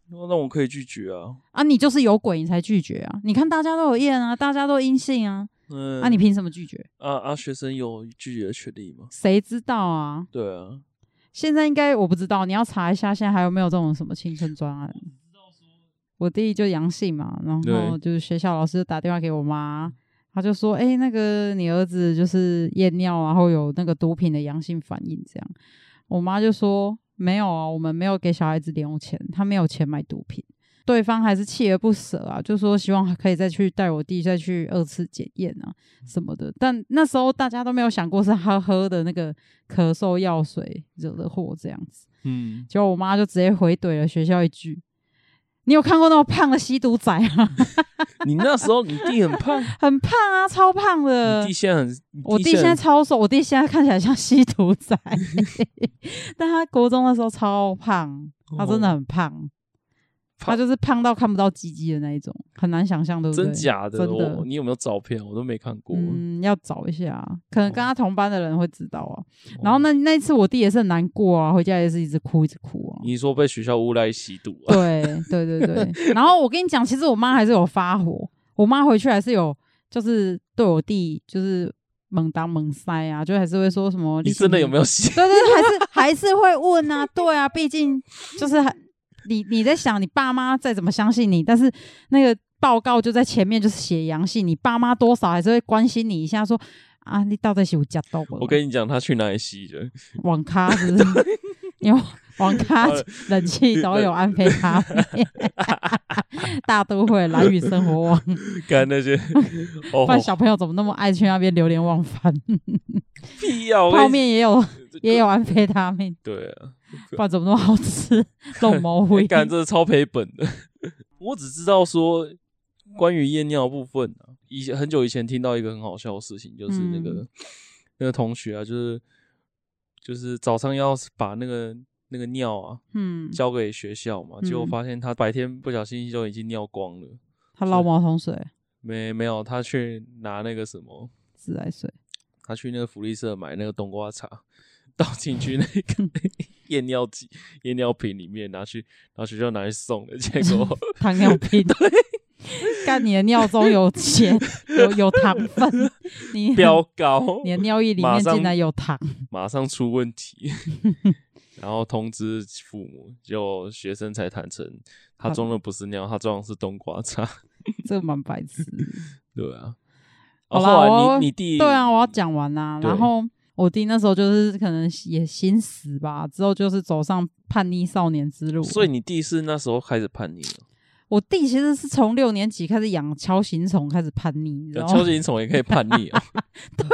那我可以拒绝啊，啊？你就是有鬼，你才拒绝啊！你看大家都有验啊，大家都阴性啊，嗯，啊，你凭什么拒绝？啊啊，学生有拒绝的权利吗？谁知道啊？对啊，现在应该我不知道，你要查一下现在还有没有这种什么青春专案。我弟就阳性嘛，然后对就是学校老师就打电话给我妈，他就说：“哎、那个你儿子就是验尿，啊然后有那个毒品的阳性反应，这样。”我妈就说：“没有啊，我们没有给小孩子零用钱，他没有钱买毒品。”对方还是锲而不舍啊，就说希望可以再去带我弟再去二次检验啊什么的。但那时候大家都没有想过是他喝的那个咳嗽药水惹的祸这样子。嗯，结果我妈就直接回怼了学校一句：“你有看过那么胖的吸毒仔啊？你那时候你弟很 胖， 很胖啊，超胖的。你弟现在很，你我弟现现在超瘦，我弟现在看起来像吸毒仔， 但他国中的时候超胖，他啊真的哦很胖，他胖就是胖到啊看不到鸡鸡的那一种，很难想象，对不对？真假的？哦真的我你有没有照片？我都没看过。嗯，嗯，要找一下，可能跟哦他同班的人会知道啊。然后那那一次我弟也是很难过啊，回家也是一直哭一直哭啊。你说被学校诬赖吸毒啊？对对对 对。然后我跟你讲，其实我妈还是有发火，我妈回去还是有就是对我弟就是猛当猛塞啊，就还是会说什么你真的有没有吸？对对对，还是还是会问啊，对啊，毕竟就是还你你在想你爸妈再怎么相信你，但是那个。报告就在前面，就是写阳性，你爸妈多少还是会关心你一下说，说啊，你到底是有加到不？我跟你讲，他去哪里吸的？网咖是不是？因为网咖、冷气都有安培咖啡，大都会蓝宇生活网，干 那些，哦不然小朋友怎么那么爱去那边流连忘返？屁呀、啊！泡面也有，也有安培他命，对啊，不然怎么那么好吃？肉毛灰，干这超赔本的。我只知道说。关于夜尿部分啊，以前很久以前听到一个很好笑的事情，就是那个、嗯、那个同学啊，就是就是早上要把那个那个尿啊，嗯，交给学校嘛，结果发现他白天不小心就已经尿光了。他捞毛桶水？没没有，他去拿那个什么自来水，他去那个福利社买那个冬瓜茶，倒进去那嗯个 夜尿机夜尿瓶里面，拿去然后学校拿去送的，结果 糖尿病对。干你的尿中有钱，有有糖分，你飙高， 你的尿液里面竟然有糖， 马上出问题，然后通知父母，就学生才坦诚，他装的不是尿，他装的是冬瓜茶，这蛮白痴。 对啊，好啦，我你你弟对啊，我要讲完啦、啊，然后我弟那时候就是可能也心死吧，之后就是走上叛逆少年之路，所以你弟是那时候开始叛逆了。我弟其实是从六年级开始养锹形虫，开始叛逆。然后锹形虫也可以叛逆 啊、哦！对，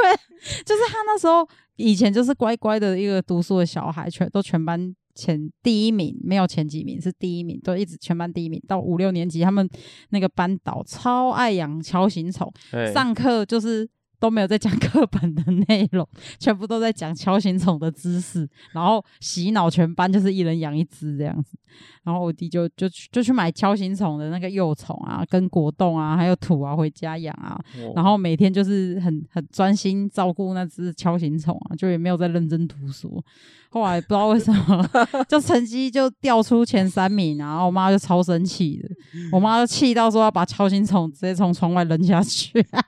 就是他那时候以前就是乖乖的一个读书的小孩，全都全班前第一名，没有前几名是第一名，都一直全班第一名。到五六年级，他们那个班导超爱养锹形虫，哎上课就是。都没有在讲课本的内容，全部都在讲锹形虫的知识，然后洗脑全班，就是一人养一只这样子。然后我弟就就就去买锹形虫的那个幼虫啊，跟果冻啊，还有土啊，回家养啊。哦、然后每天就是很很专心照顾那只锹形虫啊，就也没有在认真读书。后来不知道为什么，就成绩就掉出前三名，然后我妈就超生气的，我妈就气到说要把锹形虫直接从窗外扔下去、啊。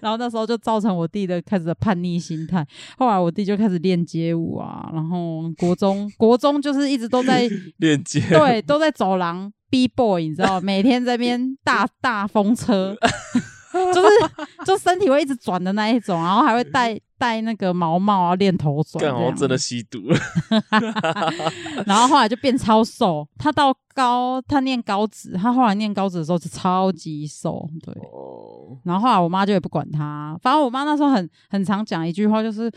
然后那时候就造成我弟的开始的叛逆心态，后来我弟就开始练街舞啊，然后国中国中就是一直都在练街，对，都在走廊 B boy，你知道， 每天在边 大大风车，就是就身体会一直转的那一种，然后还会 戴戴那个毛帽啊，练头转，干好像真的吸毒了，然后后来就变超瘦，他到高他念高职，他后来念高职的时候是超级瘦，对。哦然后后来我妈就也不管他，反正我妈那时候很很常讲一句话，就是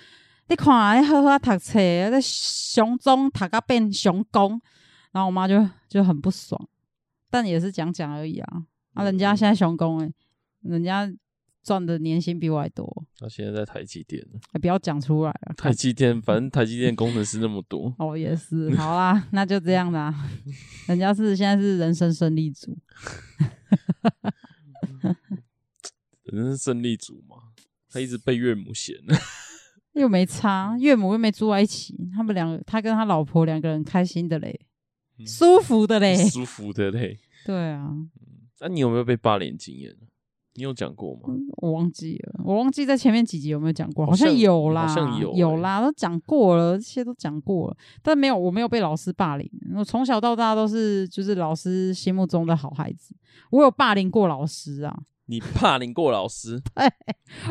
你看，你好好读册，在熊中读到变熊公，然后我妈就就很不爽，但也是讲讲而已啊。啊，人家现在熊公哎、欸，人家赚的年薪比我还多。他、啊、现在在台积电呢，不要讲出来啊。台积电，反正台积电工程师那么多。哦，也是，好啦，那就这样啦。人家是现在是人生胜利组。反正是胜利组嘛，他一直被岳 母嫌，又没差，岳母又没住在一起，他们两个，他跟他老婆两个人开心的嘞，嗯、舒服的嘞，舒服的嘞， 对啊，那、啊、你有没有被霸凌经验？你有讲过吗、嗯？我忘记了，我忘记在前面几集有没有讲过，好像有啦，好像有、欸，有啦，都讲过了，这些都讲过了，但没有，我没有被老师霸凌，我从小到大都是就是老师心目中的好孩子，我有霸凌过老师啊。 你霸凌过老师？对，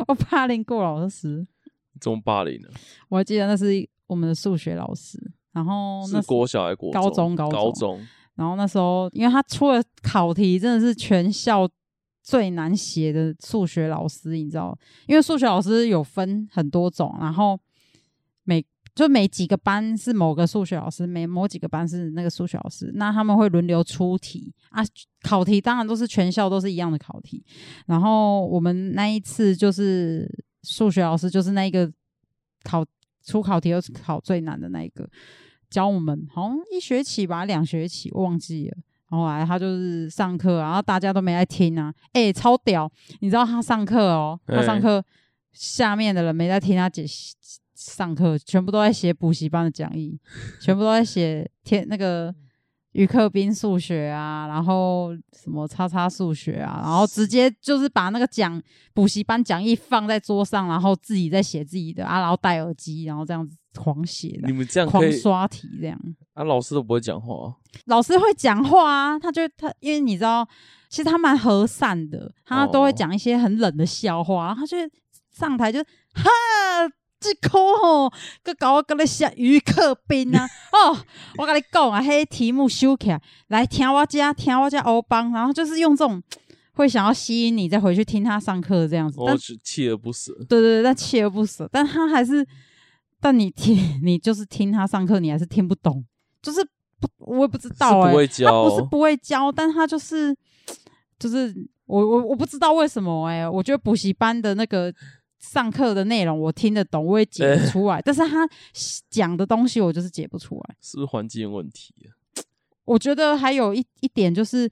我霸凌过老师。怎么霸凌呢？我还记得那是我们的数学老师，然后哦那是国小还国高中高中高中。然后那时候，因为他出的考题真的是全校最难写的数学老师，你知道？因为数学老师有分很多种，然后每就每几个班是某个数学老师，每某几个班是那个数学老师，那他们会轮流出题啊。考题当然都是全校都是一样的考题，然后我们那一次就是数学老师就是那一个考出考题又是考最难的那一个，教我们好像一学期吧，两学期忘记了。然后来他就是上课、啊，然后大家都没来听啊，哎、欸，超屌！你知道他上课哦，他上课。欸下面的人没在听他解上课，全部都在写补习班的讲义，全部都在写天那个余克斌数学啊，然后什么叉叉数学啊，然后直接就是把那个讲补习班讲义放在桌上，然后自己在写自己的啊，然后戴耳机，然后这样子狂写的你，们这样可狂以刷题这样。啊？老师都不会讲话哦、老师会讲话啊，他就他，因为你知道，其实他蛮和善的，他都会哦讲一些很冷的笑话，然后他就上台就哈。这科吼，佮搞我佮咧写余克斌 啊！哦，我跟你讲啊，迄题目修起来，来听我家，听我家欧邦，然后就是用这种会想要吸引你再回去听他上课这样子。但我哦是锲而不舍。对对对，但锲而不舍，但他还是， 但你听，你就是听他上课，你还是听不懂，就是不，我也不知道、欸，是不会他不教哦是不会教，但他就是，就是我我我不知道为什么、欸，哎，我觉得补习班的那个上课的内容我听得懂，我也解得出来，但是他讲的东西我就是解不出来。是不是环境问题啊、我觉得还有一一点就是，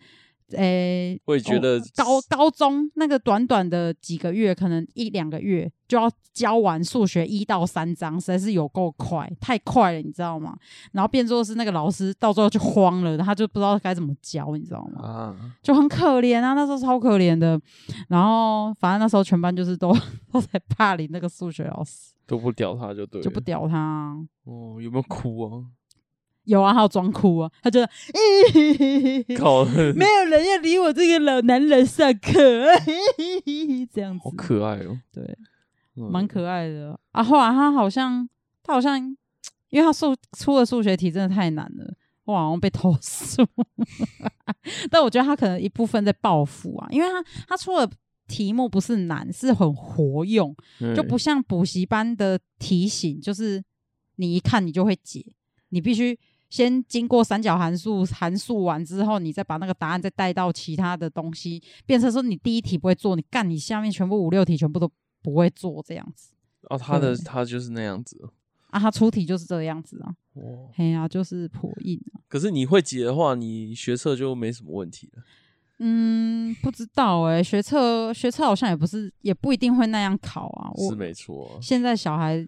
诶、我也觉得哦高高中那个短短的几个月，可能一两个月就要教完数学一到三章，实在是有够快，太快了，你知道吗？然后变作是那个老师到最后就慌了，他就不知道该怎么教，你知道吗？啊，就很可怜啊，那 时候超可怜的。然后反正那时候全班就是都 都在霸凌那个数学老师，都不屌他就对了。就不屌他啊、哦，有没有 哭啊？有啊，他有装哭啊，他就。 靠，没有人要理我这个老男人上课， 这样好子，可爱哦、对，嗯蛮可爱的啊。后来他好像，他好像，因为他数出的数学题真的太难了，我好像被投 诉。但我觉得他可能一部分在报复啊，因为他他出的题目不是难，是很活用，就嗯不像补习班的提醒，就是你一看你就会解，你必须先经过三角函数函数完之后，你再把那个答案再带到其他的东西，变成说你第一题不会做，你干你下面全部五六题全部都不会做这样子啊，他的对他就是那样子。啊。他出题就是这样子啊，哦，嘿呀、就是破印啊。可是你会解的话，你学测就没什么问题啊了。嗯，不知道哎、学测学测好像也不是，也不一定会那样考啊。我是没错啊、现在小孩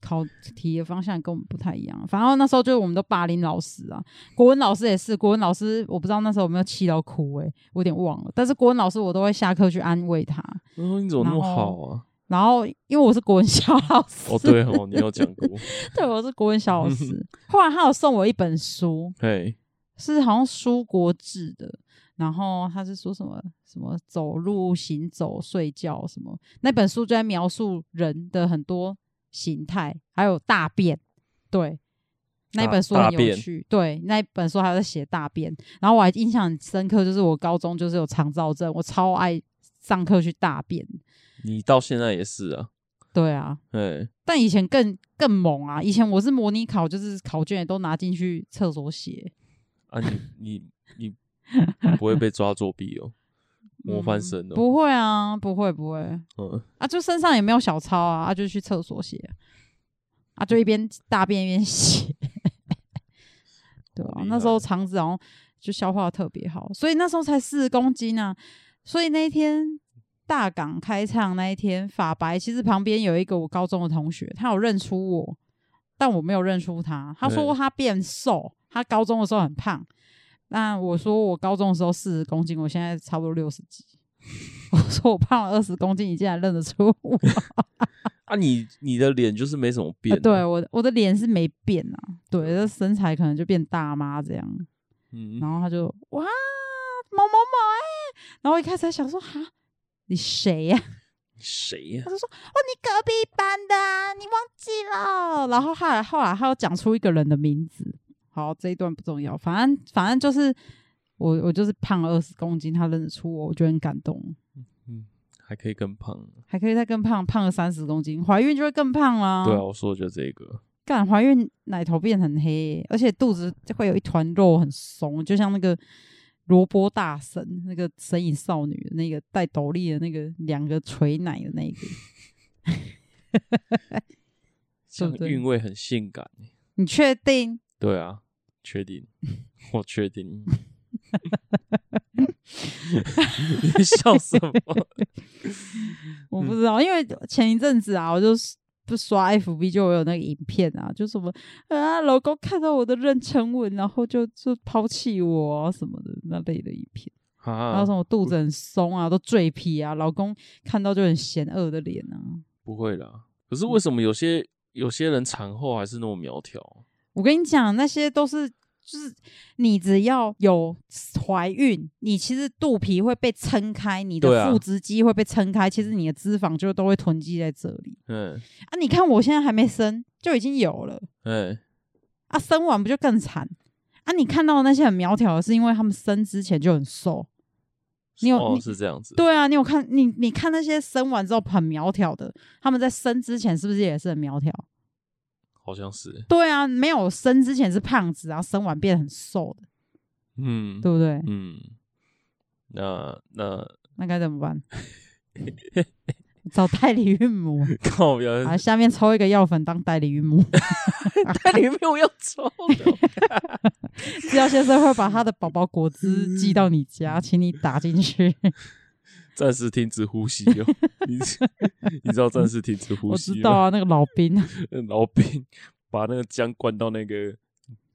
考题的方向跟我们不太一样。反正那时候就我们都霸凌老师啊，国文老师也是，国文老师我不知道那时候有没有气到哭、欸，我有点忘了。但是国文老师我都会下课去安慰他。我嗯说你怎么那么然好后啊？然后，因为我是国文小老师，哦，对哦，你有讲 过，对，我是国文小老 师。后来他有送我一本书，嘿，是好像舒国志的，然后他是说什么什么走路、行走、睡觉什么，那本书就在描述人的很多形态，还有大便，对。那大本书大很有便趣，对，那本书还有在写大便，然后我还印象很深刻，就是我高中就是有肠燥症，我超爱上课去大便，你到现在也是啊，对啊，嘿，但以前更更猛啊，以前我是模拟考，就是考卷也都拿进去厕所写，啊你 你你不会被抓作弊哦，模范生哦，不会啊，不会嗯不会，嗯，啊，就身上也没有小抄啊，啊就去厕所写，啊就一边大便一边写， 对好啊厉，那时候害肠子然后就消化得特别好，所以那时候才四十公斤啊，所以那一天大港开唱那一天，法白其实旁边有一个我高中的同学，他有认出我，但我没有认出他，他说嗯他变瘦，他高中的时候很胖。那我说我高中的时候四十公斤，我现在差不多六十几。 我说我胖了二十公斤，你竟然认得出我？啊你你的脸就是没什么变、啊、 对，，我的我的脸是没变啊，对，这身材可能就变大妈这样。嗯，然后他就哇，某某某哎、然后我一开始还想说哈，你谁呀、谁呀、他就说哦，你隔壁班的啊、你忘记了。然后后来后来他又讲出一个人的名字，好，这一段不重要，反正反正就是我我就是胖了二十公斤，他认得出我，我觉得很感动。嗯，还可以更胖，啊还可以再更胖，胖了三十公斤，怀孕就会更胖啦。对啊，我说的就这个，干怀孕奶头变很黑，而且肚子就会有一团肉，很松，就像那个萝卜大神那个神隐少女那个戴斗笠的那个两个垂奶的那一个，这样不对韵味很性感欸，你确定？对啊，确定，我确定， 你笑什 么？我嗯不知道，因为前一阵子啊，我就不刷 FB 就有那个影片啊，就什么啊，老公看到我的妊娠纹，然后就就抛弃我、啊、什么的那类的影片，然啊后什，么肚子很松啊，都赘皮啊，老公看到就很嫌恶的脸啊。不会啦。嗯可是为什么有些有些人产后还是那么苗条？我跟你讲，那些都是就是你只要有怀孕，你其实肚皮会被撑开，你对的啊腹直肌会被撑开，其实你的脂肪就都会囤积在这里嗯啊。你看我现在还没生，就已经有了嗯，啊，生完不就更惨啊？你看到的那些很苗条的，是因为他们生之前就很瘦。你有哦你是这样子，对啊，你有看你你看那些生完之后很苗条的，他们在生之前是不是也是很苗条？好像是，对啊，没有生之前是胖子，然后生完变得很瘦的，嗯对不对？嗯。那那 那该怎么办？找代理孕母靠不要啊，下面抽一个药粉当代理孕母。 代理没有要抽的，制药先生会把他的宝宝果汁寄到你家，请你打进去。暂时停止呼吸哦。你你知道 暂时停止呼我吸知吗？道啊，那个老兵老兵把那个姜灌到那个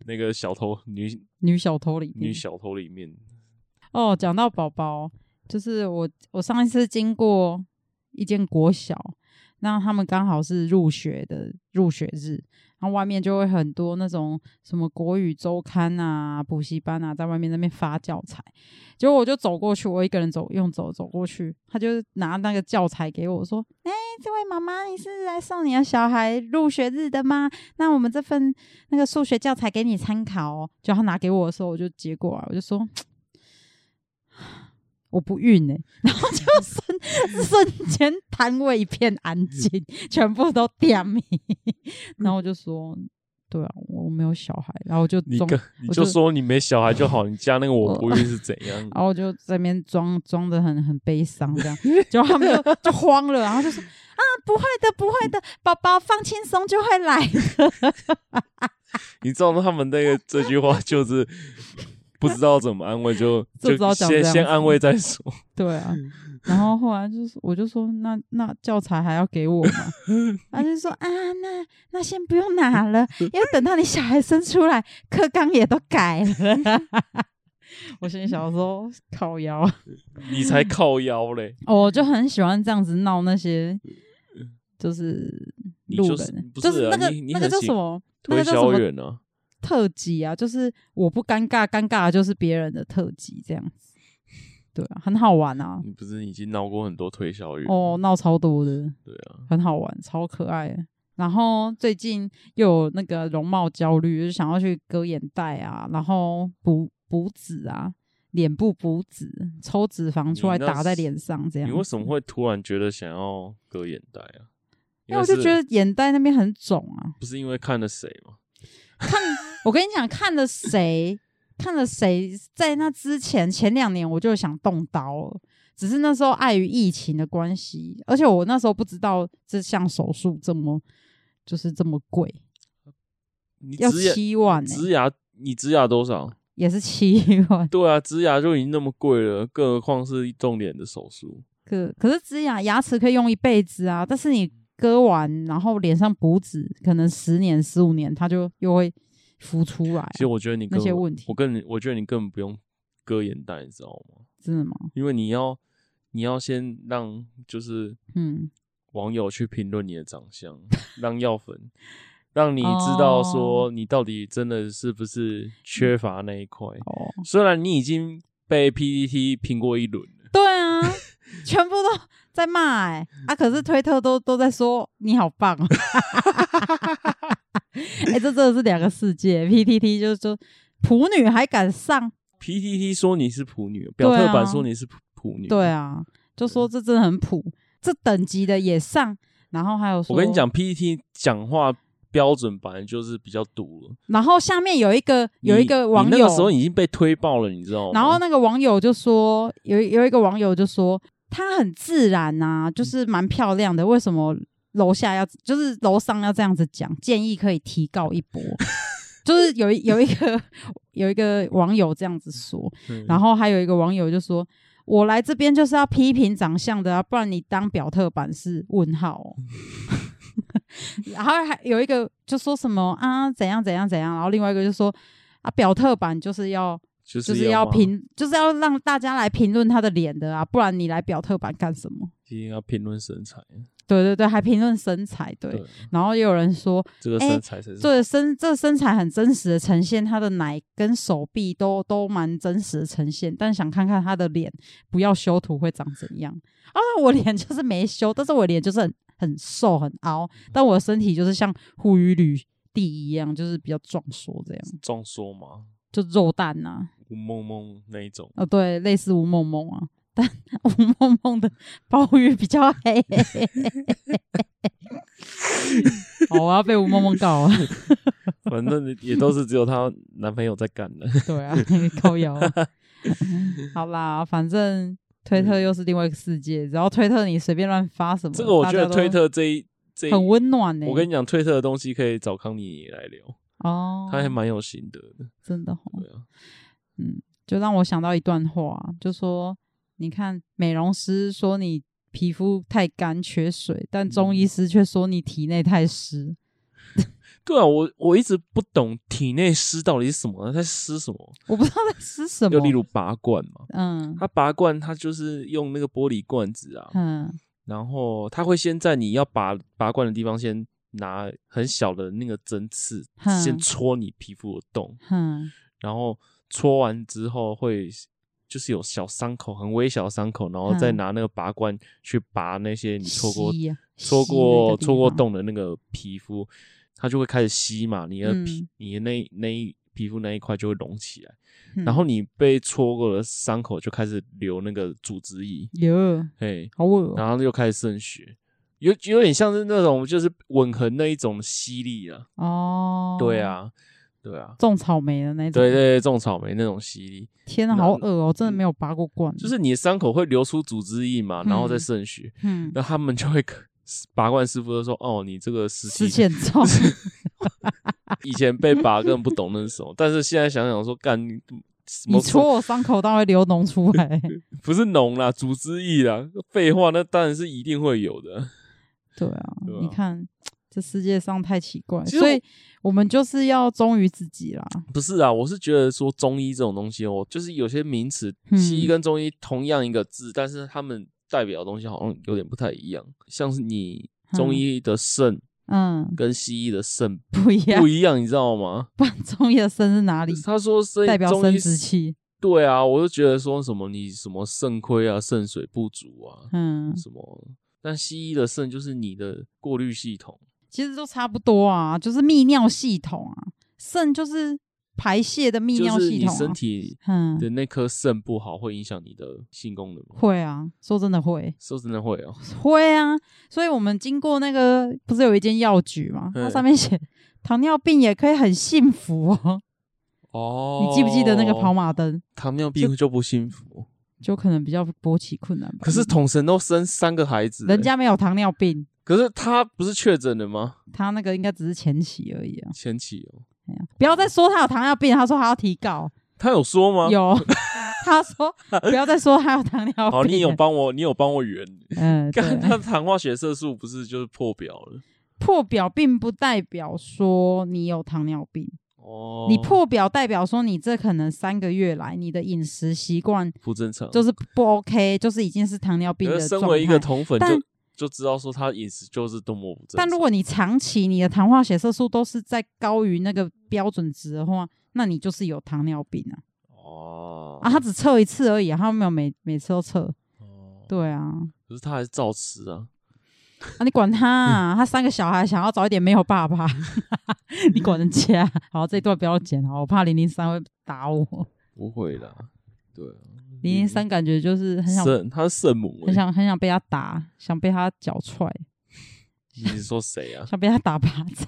那个小偷女女小偷里面女小偷里面，哦，讲到宝宝，就是我我上一次经过一间国小，那他们刚好是入学的入学日，然后外面就会很多那种什么国语周刊啊、补习班啊，在外面那边发教材。结果我就走过去，我一个人走用走走过去，他就拿那个教材给我说：“哎、这位妈妈，你是来送你的小孩入学日的吗？那我们这份那个数学教材给你参考哦。”就他拿给我的时候，我就接过来，我就说。我不孕哎、然后就瞬嗯瞬间摊位一片安静，全部都点名。嗯然后我就说，对啊，我没有小孩，然后我就你中跟你我就就嗯哦说你没小孩就好，你加那个我我不孕是怎样？然后我就在那边装装的很很悲伤这样，结果他们就就慌了，然后就说啊不会的不会的，宝宝放轻松就会来。 你知道他们那个这句话就是不知道怎么安慰，就 就知道讲这先样先子安慰再说。 对啊，然后后来就是我就说那那教材还要给我吗？ 他就说啊那那先不用拿了，因为等到你小孩生出来，课纲也都改了。 我心里想说靠腰，你 才靠腰嘞，哦我就很喜欢这样子闹那些，就是呃你路就人，是不就是啊那个你你那个很叫喜什么？那推个叫什销么员啊，特辑啊？就是我不尴尬，尴尬的就是别人的特辑这样子。对啊，很好玩啊！你不是已经闹过很多推销员？哦，闹超多的，嗯对啊，很好玩，超可爱的。然后最近又有那个容貌焦虑，就想要去割眼袋啊，然后补补脂啊，脸部补脂，抽脂肪出你来那打在是脸上这样你子。为什么会突然觉得想要割眼袋啊？因为我就是觉得眼袋那边很肿啊。不是因为看了谁吗？我跟你讲，看了谁，看了谁，在那之前前两年我就想动刀了，只是那时候碍于疫情的关系，而且我那时候不知道这项手术这么就是这么贵，你要植牙七万呢、植牙，你植牙多少？也是七万。对啊，植牙就已经那么贵了，更何况是动脸的手术。可可是植牙牙齿可以用一辈子啊，但是你割完然后脸上补脂，可能十年十五年它就又会浮出来啊、其实我觉得你那根些本问题我跟你，我觉得你根本不用割眼袋，你知道吗？真的吗？因为你要你要先让就是嗯，网友去评论你的长相，让药粉让你知哦道说你到底真的是不是缺乏那一块。嗯哦，虽然你已经被 PPT 评过一轮了，对 啊，全部都在骂哎、啊！可是推特都都在说你好棒、哦， 哎、这真的是两个世界。PTT 就是说普女还敢上， ，PPT 说你是普女，表对特啊版说你是普普女，对。啊，就说这真的很普，这等级的也上。然后还有说，我跟你讲，PPT 讲话标准本来就是比较毒了。然后下面有一个有一你个网你友，那个时候已经被推爆了，你知道吗？然后那个网友就说，有有一个网友就说，她很自然呐、就是蛮漂亮的，为什么楼下要就是楼上要这样子讲？建议可以提高一波。就是有一有一个有一个网友这样子说，嗯然后还有一个网友就说：“我来这边就是要批评长相的啊，不然你当表特版是问号、哦。”然后还有一个就说什么啊怎样怎样怎样，然后另外一个就说啊表特版就是要就就是是要嘛评就是要让大家来评论他的脸的啊，不然你来表特版干什么？一定要评论身材，对对对，还评论身材，对。对，然后也有人说，这个哎身材才是这身这身材很真实的呈现，他的奶跟手臂都都蛮真实的呈现，但想看看他的脸，不要修图会长怎样啊？我脸就是没修，但是我脸就是很很瘦很凹，但我的身体就是像护鱼履地一样，就是比较壮硕这样，壮硕嘛，就肉蛋呐、啊，吴梦梦那一种，哦对，类似吴梦梦啊，但 吴梦梦的鲍鱼比较黑。哦，我要被吴梦梦告 了。反正也都是只有她男朋友在干的。 对啊，高腰。好啦，反正推特又是另外一个世界，只要推特你随便乱发什么，这个我大觉家得都推特这一这一，很温暖呢、欸我跟你讲，推特的东西可以找康妮来聊，哦，他还蛮有心得的。真的哦，对啊，嗯，就让我想到一段话，就说你看美容师说你皮肤太干缺水，但中嗯医师却说你体内太湿。对啊，我我一直不懂体内湿到底是什么，它在湿什么？我不知道在湿什就么例。如拔罐嘛，嗯他拔罐他就是用那个玻璃罐子啊，嗯然后他会先在你要拔拔罐的地方先拿很小的那个针刺哼，先戳你皮肤的洞，哼然后戳完之后会就是有小伤口，很微小的伤口，然后再嗯拿那个拔罐去拔那些你戳过吸呀戳吸那过个地戳过方洞的那个皮肤，它就会开始吸嘛，你的皮、嗯你的那一那一皮肤那一块就会隆起来，嗯然后你被戳过的伤口就开始流那个组织液，哟，嘿，好恶哦、然后又开始渗血，有有点像是那种就是吻痕那一种吸力啊，哦，对，啊，对啊，种草莓的那种。对对对，种草莓那种吸力，天啊，那好恶哦、真的没有拔过罐。就是你的伤口会流出组织液嘛，然后再嗯渗血，嗯，那他们就会拔罐师傅就说，哦，你这个湿湿气气很重。以前被拔根本不懂那是什么，但是现在想想说，干你什你么戳我伤口，当然会流脓出 来。不是脓啦，组织液啦，废话，那当然是一定会有的。对啊，对啊你看这世界上太奇怪，其实所以我们就是要忠于自己啦。不是啊，我是觉得说中医这种东西哦，就是有些名词，嗯西医跟中医同样一个字，但是他们代表的东西好像有点不太一样。像是你中医的肾嗯， 跟西医的肾不一样不。一样，你知道吗？不然中医的肾是哪里？他说是代表中生医殖器。对啊，我就觉得说什么你什么肾亏啊、肾水不足啊，嗯，什么？但西医的肾就是你的过滤系统，其实都差不多啊，就是泌尿系统啊，肾就是排泄的泌尿就是系你统、啊。身体的嗯，那颗肾不好，会影响你的性功能吗？会啊，说真的会。说真的会哦，会啊，所以我们经过那个不是有一间药局嘛，它嗯上面写糖尿病也可以很幸福哦。 哦你记不记得那个嗯跑马灯？糖尿病就不幸福？就可能比较勃起困难吧。可是统神都生三个孩子欸，人家没有糖尿病，可是他不是确诊的吗？他那个应该只是前期而已啊。前期哦，哎呀不要再说他有糖尿病，他说他要提告，他有说吗？。有。 他说：“不要再说他有糖尿病。”好，哦你有帮我，你有帮我圆。 嗯，看对他糖化血色素不是就是破表了？破表并不代表说你有糖尿病，哦，你破表代表说你这可能三个月来你的饮食习惯不正常，就是不 OK，就是已经是糖尿病可的是状身态。为一个同粉但就就知道说他饮食就是多么不正常。但如果你长期你的糖化血色素都是在高于那个标准值的话，那你就是有糖尿病啊！哦啊，他只测一次而已、啊，他没有每每次都测。哦，对啊，可是他还是照吃啊，啊你管他、啊，他三个小孩想要早一点没有爸 爸，你管人家？ 好，这一段不要剪哦，我怕零零三会打我。不会啦，对啊，零零三感觉就是很想圣他是圣母很欸，想很想被他打，想被他脚踹，你是说谁啊？想被他打巴掌。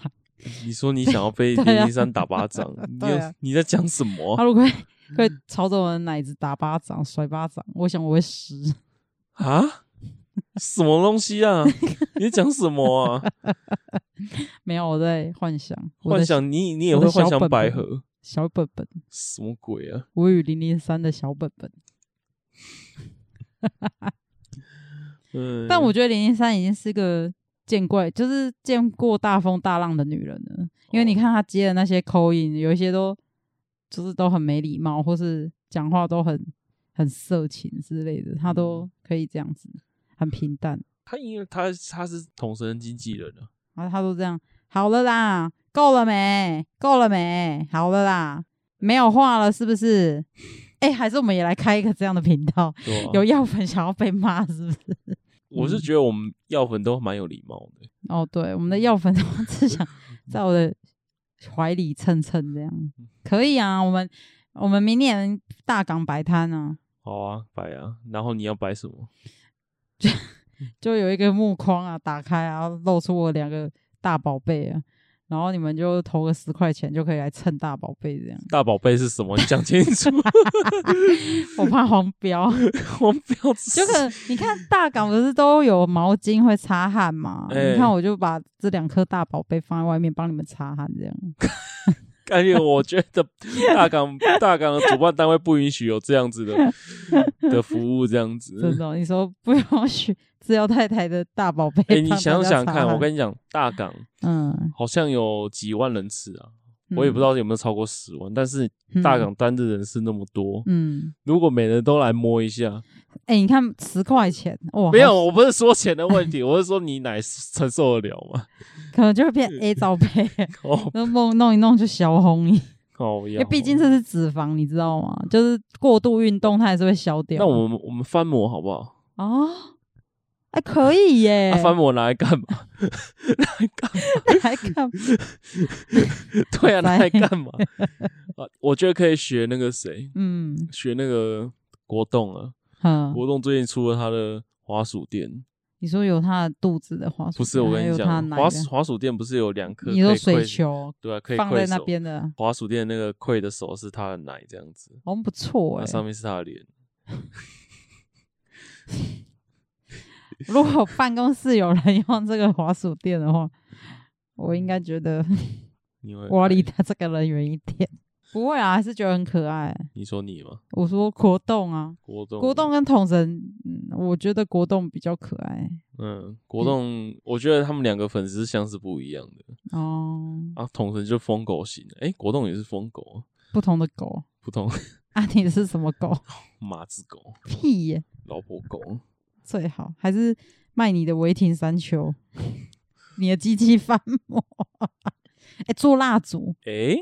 你说你想要被 对啊零零三打巴 掌，你对啊有你在讲什么他啊如果会会朝着我的奶子打巴掌、甩巴掌，我想我会死。啊？什么东西啊？你在讲什么啊？ 没有，我在幻想， 我幻的想你你也我会的幻小想本百本合？小本本，什么鬼啊？我与零零三的小本本。嗯，但我觉得零零三已经是个见怪，就是见过大风大浪的女人了。因为你看她接的那些口音，有一些都就是都很没礼貌，或是讲话都很很色情之类的，她都可以这样子，很平淡。他因为他他是统神经纪人啊，然后她都这样，好了啦，够了没？够了没？好了啦，没有话了是不是？ 哎、还是我们也来开一个这样的频道，对吧、有嗯药粉想要被骂是不是？我是觉得我们药粉都蛮有礼貌的，哦，对，我们的药粉都只想在我的怀里蹭蹭这样，可以啊。我们我们明年大港摆摊啊，好啊，摆啊。然后你要摆什么？就有一个木框啊，打开啊，然后露出我两个大宝贝啊，然后你们就投个十块钱就可以来蹭大宝贝这样。大宝贝是什么？你讲清楚。 我怕黄标，我们不要吃就可能你看大港不是都有毛巾会擦汗嘛？哎你看我就把这两颗大宝贝放在外面帮你们擦汗这样。感觉我觉得大港大港的主办单位不允许有这样子的的服务，这样真子。的哦、你说不要去自由太太的大宝贝。哎、帮你大想家想擦看，我汗跟你讲，大港嗯，好像有几万人次啊，我也不知道道有没有超过十万，但是大港单日人士那么多，嗯，如果每人都来摸一下，哎、你看十块钱哇，没有，哦好，我不是说钱的问题，我是说你奶承受得了吗？可能就会变 A 罩杯，哦，那弄弄一弄就小红你，好因呀为，哎毕竟这是脂肪，你知道吗？就是过度运动它还是会消掉。那我们我们翻模好不好？哦，还、可以耶，啊，翻模拿来干嘛？ 拿来干嘛？还看对啊，拿来塞干嘛？ 啊，我觉得可以学那个谁，嗯学那个国栋啊。嗯，国栋最近出了他的滑鼠垫，你说有它的肚子的话，不是我还跟你有它的讲，奶滑的鼠滑鼠垫不是有两颗？你说可以水窥球对啊，可以放在窥那手边的，滑鼠垫那个溃的手是他的奶这样子，好像不错那哎、上面是他的脸。 如果办公室有人用这个滑鼠垫的话，我应该觉得你会哎我要离他这个人远一点。不会啊，还是觉得很可爱。你说你吗？我说国栋啊，国栋国栋跟统神，嗯，我觉得国栋比较可爱嗯，国栋，我觉得他们两个粉丝像是不一样的。哦。啊，统神就疯狗型的，哎、国栋也是疯狗啊，不同的狗 不同啊，你是什么 狗？马子狗、屁耶，老婆狗，最好还是卖你的违停山丘， 你的机器翻模， 哎、做蜡烛哎、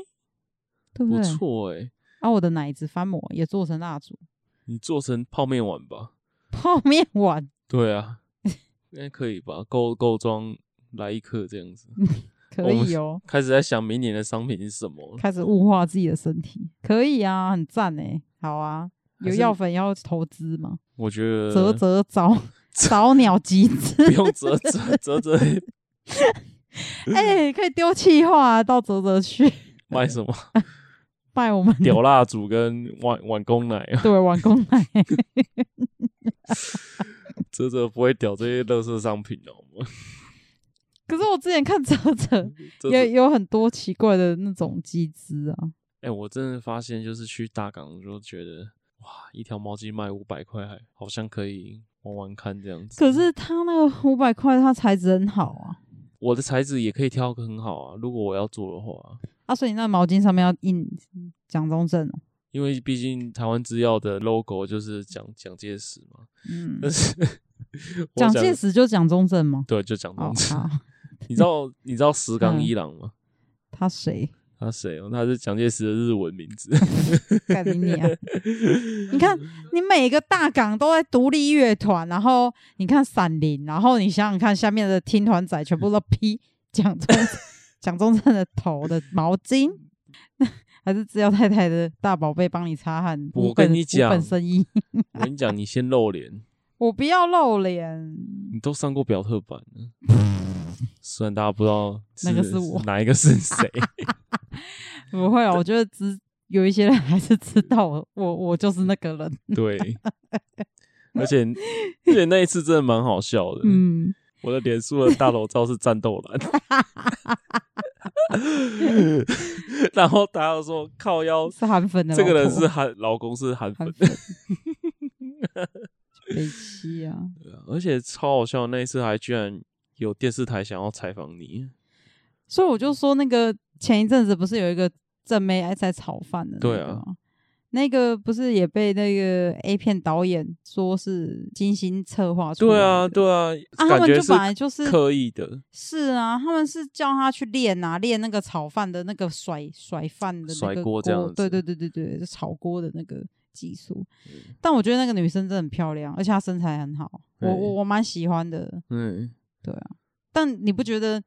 对不不对？错哎、啊，我的奶子翻模也做成蜡烛，你做成泡面碗吧？泡面碗对 啊，应该可以吧？够够装来一克这样子，可我们以 哦。开始在想明年的商品是什么了。开始物化自己的身体，可以啊，很赞哎、好啊，还有是呃药粉要投资吗？我觉得啧啧 早早鸟集不资，用折折折折哎、可以丢气话、啊、到啧啧 去卖什 么卖我们的屌蜡烛跟碗碗公奶啊，对完工奶， 折折不会屌这些垃圾商品哦。可是我之前看啧啧折折也有很多奇怪的那种集资啊，哎、我真的发现，就是去大港，我就觉得哇，一条毛巾卖五百块，还好像可以玩玩看这样子。可是他那个五百块，它材质很好啊，我的材质也可以挑个很好啊，如果我要做的话，啊，所以你那毛巾上面要印蒋中正、哦，因为毕竟台湾制药的 logo 就是蒋蒋介石嘛，嗯但， 是呃我蒋想介石就蒋中正吗？对，就蒋哦中，正。好， 你知道你知道石冈嗯一郎吗？他谁？他谁哦？他是蒋介石的日文名 字。干 你你啊！你看，你每个大港都在独立乐团，然后你看闪灵，然后你想想看，下面的听团仔全部都披 蒋中蒋中正的头的毛巾， 还是只有太太的大宝贝帮你擦汗？我无本跟你讲无本生意， 我跟你讲，你先露脸，我不要露脸，你都上过表特版了， 虽然大家不知道那个是我哪一个是 谁。不会哦，我觉得 知有一些人还是知道我我我就是那个人，对，而且而且那一次真的蛮好笑的。嗯，我的脸书的大头照是战斗 蓝， 然后大家都说靠腰，是韩粉的老这婆，个人是韩老公是韩粉韩，粉， 北七啊，而且超好笑，那一次还居然有电视台想要采访你，所以我就说那个前一阵子不是有一个正妹爱在炒饭的、那个对啊吗，那个不是也被那个 A 片导演说是精心策划出来对的啊对啊，啊，他感们觉就是本来就是刻意的是啊，他们是叫他去练啊，练那个炒饭的那个甩甩饭的那甩个锅这样对对子对对对，就炒锅的那个技术。但我觉得那个女生真的很漂亮，而且她身材很好，我嗯对我我蛮喜欢的。嗯，但你不觉得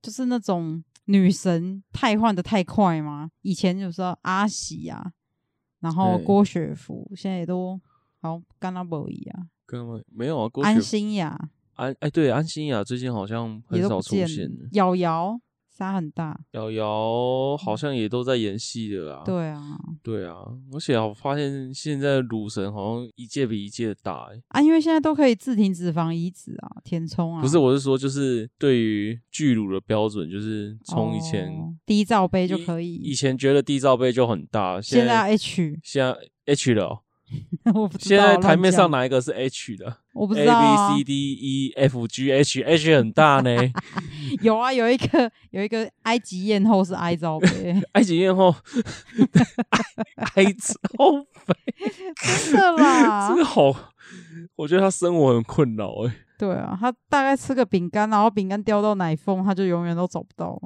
就是那种女神太换的太快吗？以前就说阿喜啊，然后对郭雪芙，现在也都好干拉伯一啊，跟他们没有啊，郭雪安心雅安哎对，安心雅最近好像也很都少不出见现了了，瑶瑶沙很大，瑶瑶好像也都在演戏了啦，对啊。对啊，而且我发现现在乳神好像一届比一届大、欸，啊，因为现在都可以自停脂肪移植啊，填充啊，不是，我是说就是对于巨乳的标准，就是从以前、哦低罩杯就以可以，以前觉得低罩杯就很大，现在现在要 H， H 了哦、我不知道，现在台乱面上讲哪一个是 H 的我不知？A 道、啊、 B C D E F G H H 很 大呢。有啊，有一个有一个埃及艳后 是 I 罩杯，埃及艳 后，埃埃及后肥，真 的啦真，的好，我觉得他生活很困扰哎、对啊，他大概吃个饼干，然后饼干掉到奶缝，他就永远都找不到。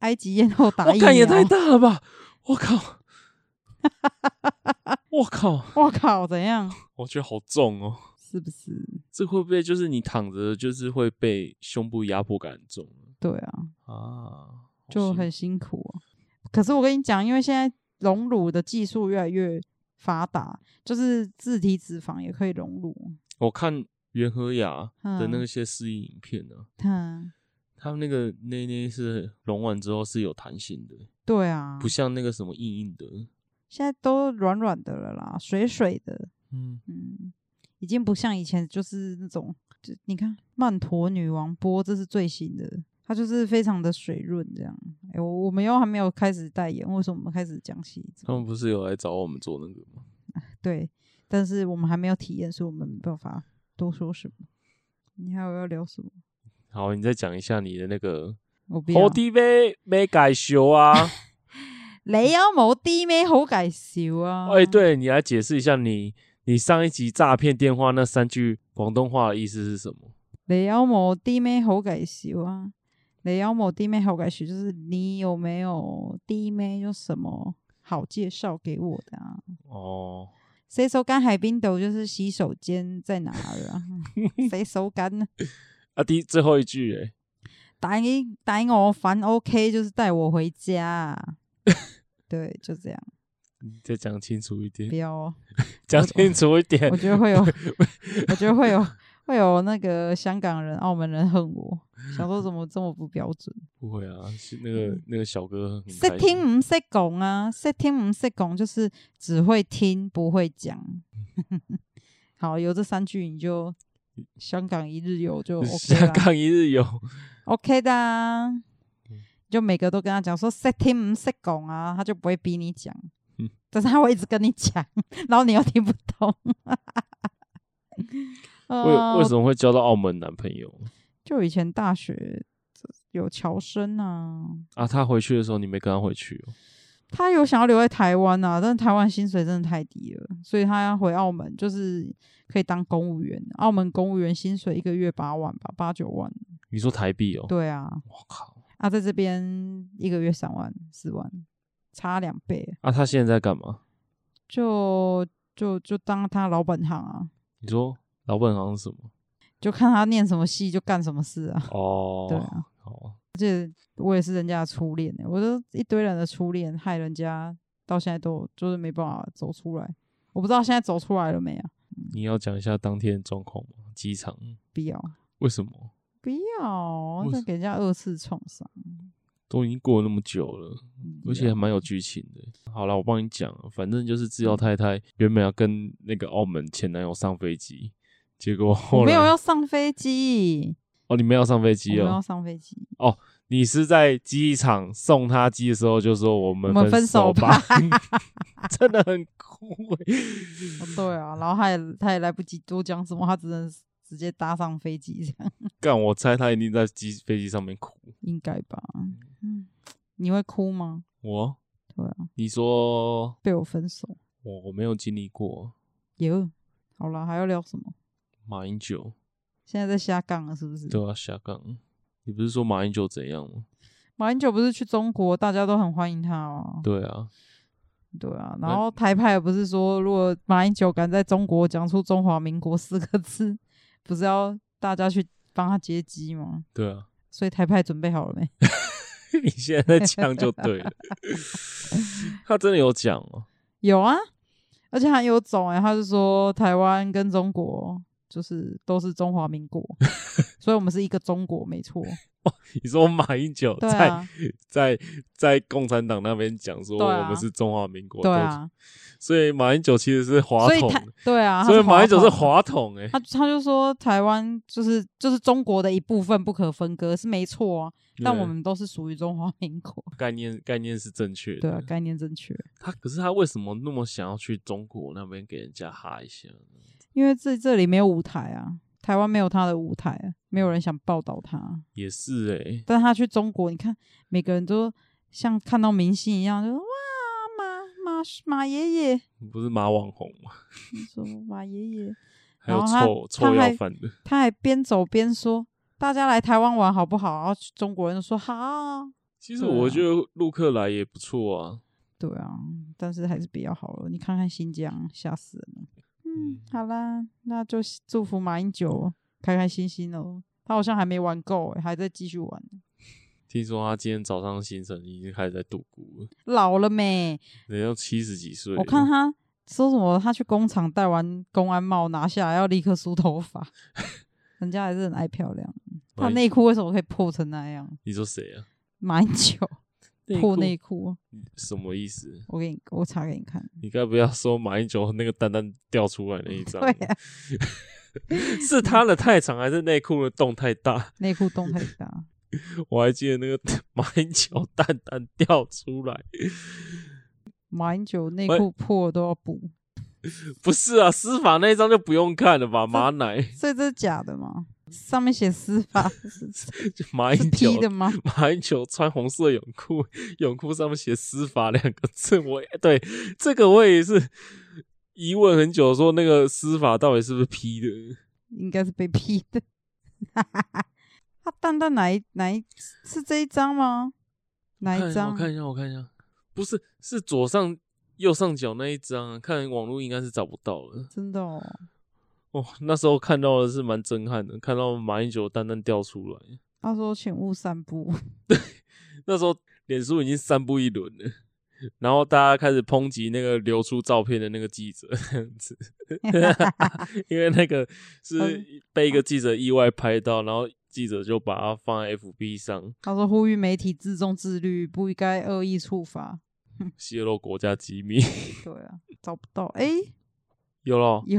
埃及艳后打啊我疫看也太苗，大了吧！我靠！ 我靠！ 我靠，怎样？我觉得好重哦，是不是？这会不会就是你躺着就是会被胸部压迫感很重对啊，啊？就很辛苦、啊。可是我跟你讲，因为现在隆乳的技术越来越发达，就是自体脂肪也可以隆乳。我看袁和雅的那嗯个些试映影片呢、嗯，他们那个内内是隆完之后是有弹性的，对啊不，像那个什么硬硬的。嗯现在都软软的了啦，水水的，嗯，嗯，已经不像以前就是那种，就你看曼陀女王波，这是最新的。它就是非常的水润，这样。哎、我我们又还没有开始代言，为什么我们开始讲洗他澡？们不是有来找我们做那个吗？对，但是我们还没有体验，所以我们没办法多说什么。你还有要聊什么？好，你再讲一下你的那个我不要好。弟妹没改修啊！你有冇啲咩好介绍啊？哎，，对你来解释一下你你上一集诈骗电话那三句广东话的意思是什么？你有冇啲咩好介绍啊？你有冇啲咩好介绍？就是你有没有啲咩有什么好介绍给我的啊？哦，洗手间喺边度？就是洗手间在哪儿啊？洗手间呢？啊，第最后一句、欸，带你带我烦 OK，就是带我回家啊。对，就这样，你再讲清楚一不点，要哦。讲清楚一点我。觉得会有，我觉得会有会有那个香港人、澳门人恨我，想说怎么这么不标准？不会啊，是那个那个小哥很识嗯开心听唔识讲啊，识听唔识讲就是只会听不会讲。好，有这三句你就香港一日游就 OK 嗯香啦港嗯一日游， ，OK 的、啊。就每个都跟他讲说识听唔识讲啊，他就不会逼你讲嗯，但是他会一直跟你讲，然后你又听不懂。为呃为什么会交到澳门男朋友就以前大学有乔生啊，啊？他回去的时候你没跟他回去哦？他有想要留在台湾啊，但是台湾薪水真的太低了，所以他要回澳门，就是可以当公务员。澳门公务员薪水一个月八万吧，八九万。你说台币哦？对啊，我靠！啊，在这边一个月三万四万，差两倍，啊，他现在在干嘛？就就就当他老本行啊，你说老本行是什么？就看他念什么系就干什么事啊。哦，对啊，哦，我也是人家的初恋、欸，我都一堆人的初恋，害人家到现在都就是没办法走出来。我不知道现在走出来了没啊？你要讲一下当天的状况吗？机场不要，为什么不要，为再什给人家二次创伤，都已经过了那么久了，嗯而且还蛮有剧情的。好了，我帮你讲，啊反正就是制药太太原本要跟那个澳门前男友上飞机，结果后我没来有要上飞机，哦，你没有上飞机我没有哦，上飞机，你是在机场送他机的时候就说我们我们分手手吧， 真的很酷欸、哦对啊，然后他也他也来不及多讲什么，他只能直接搭上飞机这样，干，我猜他一定在机飞机上面哭。应该吧？嗯，你会哭吗？我，对啊，你说被我分手，我我没有经历过有。好了，还要聊什么？马英九现在在瞎杠了是不是？都要下岗，你不是说马英九怎样吗？马英九不是去中国，大家都很欢迎他哦。对啊，对啊，那然后台派不是说，如果马英九敢在中国讲出“中华民国”四个字，不是要大家去帮他接机吗？对啊， 所以台派准备好了没？你现在在讲就对了。 他真的有讲哦，有啊，而且还有种哎、他是说台湾跟中国就是都是中华 民国，所以我们是一个中国，没错。你说马英九对在、啊，在在共产党那边讲说对啊我们是中华民国，对啊，所以马英九其实是华所以统，台对啊，他啊所以马英九是统华统哎、他他就说台湾就是就是中国的一部分，不可分割，是没错啊。但对我们都是属于中华民国，概念概念是正确的。对啊，概念正确。他可是他为什么那么想要去中国那边给人家哈一下呢？因为这这里没有舞台啊，台湾没有他的舞台啊，没有人想报道他。啊也是哎、但他去中国，你看每个人都像看到明星一样，就说哇马马马爷爷，不是马网红吗？你说马爷爷，还有然后他臭他臭要还饭 的，他还边走边说大家来台湾玩好不好？然后中国人就说好啊、其实对啊我觉得陆克来也不错啊。对啊，但是还是比较好了。你看看新疆，吓死人了。嗯，好啦，那就祝福马英九开开心心哦。他好像还没玩够、欸，还在继续玩。听说他今天早上行程已经开始在度孤了，老了没？人要七十几岁了。我看他说什么，他去工厂戴完公安帽拿下来，要立刻梳头 发。人家还是很爱漂亮。他马英内裤为什么可以破成那样？你说谁啊？马英九破内裤，什么意思？我给你，我查给你看。你该不要说马英九那个蛋蛋掉出来那一张？ 对啊，是他的太长还是内裤的洞太大？ 内裤洞太 大。我还记得那个 马英九蛋蛋掉出来，马英九内喂裤破都要补，不是啊，司法那一张就不用看了吧？马奶所以这是假的吗？上面写司 法是马是英九批的吗？马英九穿红色泳裤，泳裤上面写“司法”两个字，我 也对这个我也是疑问很久，说那个司法到底是不是 P 的？应该是被批的。他蛋蛋哪一哪一是这一张吗？哪看一一下张我？看一下，我看一下，不是，是左上右上角那一张啊，看网络应该是找不到了。真的哦，哦，那时候看到的是蛮震撼的，看到马英九单单掉出来，他说请勿散步，那时候脸书已经散布一轮了。然后大家开始抨击那个流出照片的那个记者， 这样子，因为那个是嗯被一个记者意外拍到，然后记者就把它放在 FB 上， 他说呼吁媒体自重自律，不应该恶意处罚。泄露国家机密。对啊，找不到，诶，有了，有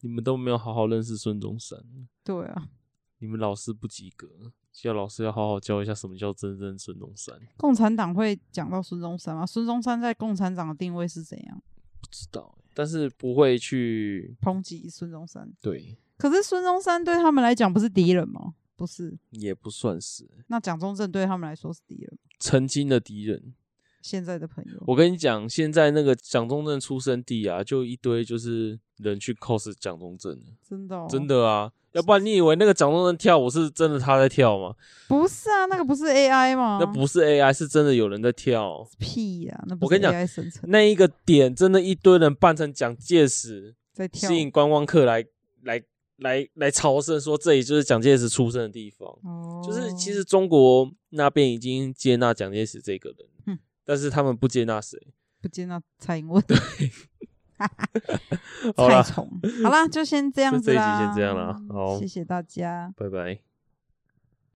你们都没有好好认识孙中山，对啊，你们老师不及格，叫老师要好好教一下什么叫真正孙中山。共产党会讲到孙中山吗？孙中山在共产党的定位是怎样？不知道欸，但是不会去抨击孙中山，对，可是孙中山对他们来讲不是敌人吗？不是，也不算是那蒋中正对他们来说是敌人吗，曾经的敌人。现在的朋友我跟你讲，现在那个蒋中正出生地啊，就一堆就是人去 cos 蒋中正的，真的、哦、真的啊！要不然你以为那个蒋中正跳舞是真的他在跳吗？不是啊，那个不是 AI 吗？那不是 AI，是真的有人在跳。屁呀、那我不跟是你讲 AI 生成那一个点真的一堆人扮成蒋介石，在跳吸引观光客来来来来朝圣，说这里就是蒋介石出生的地方。哦，就是其实中国那边已经接纳蒋介石这个人，嗯但是他们不接纳谁。不接纳蔡 英文，好蔡啦，虫。好啦，就先这样就这子一集啦，先这样啦好谢谢大家。拜拜。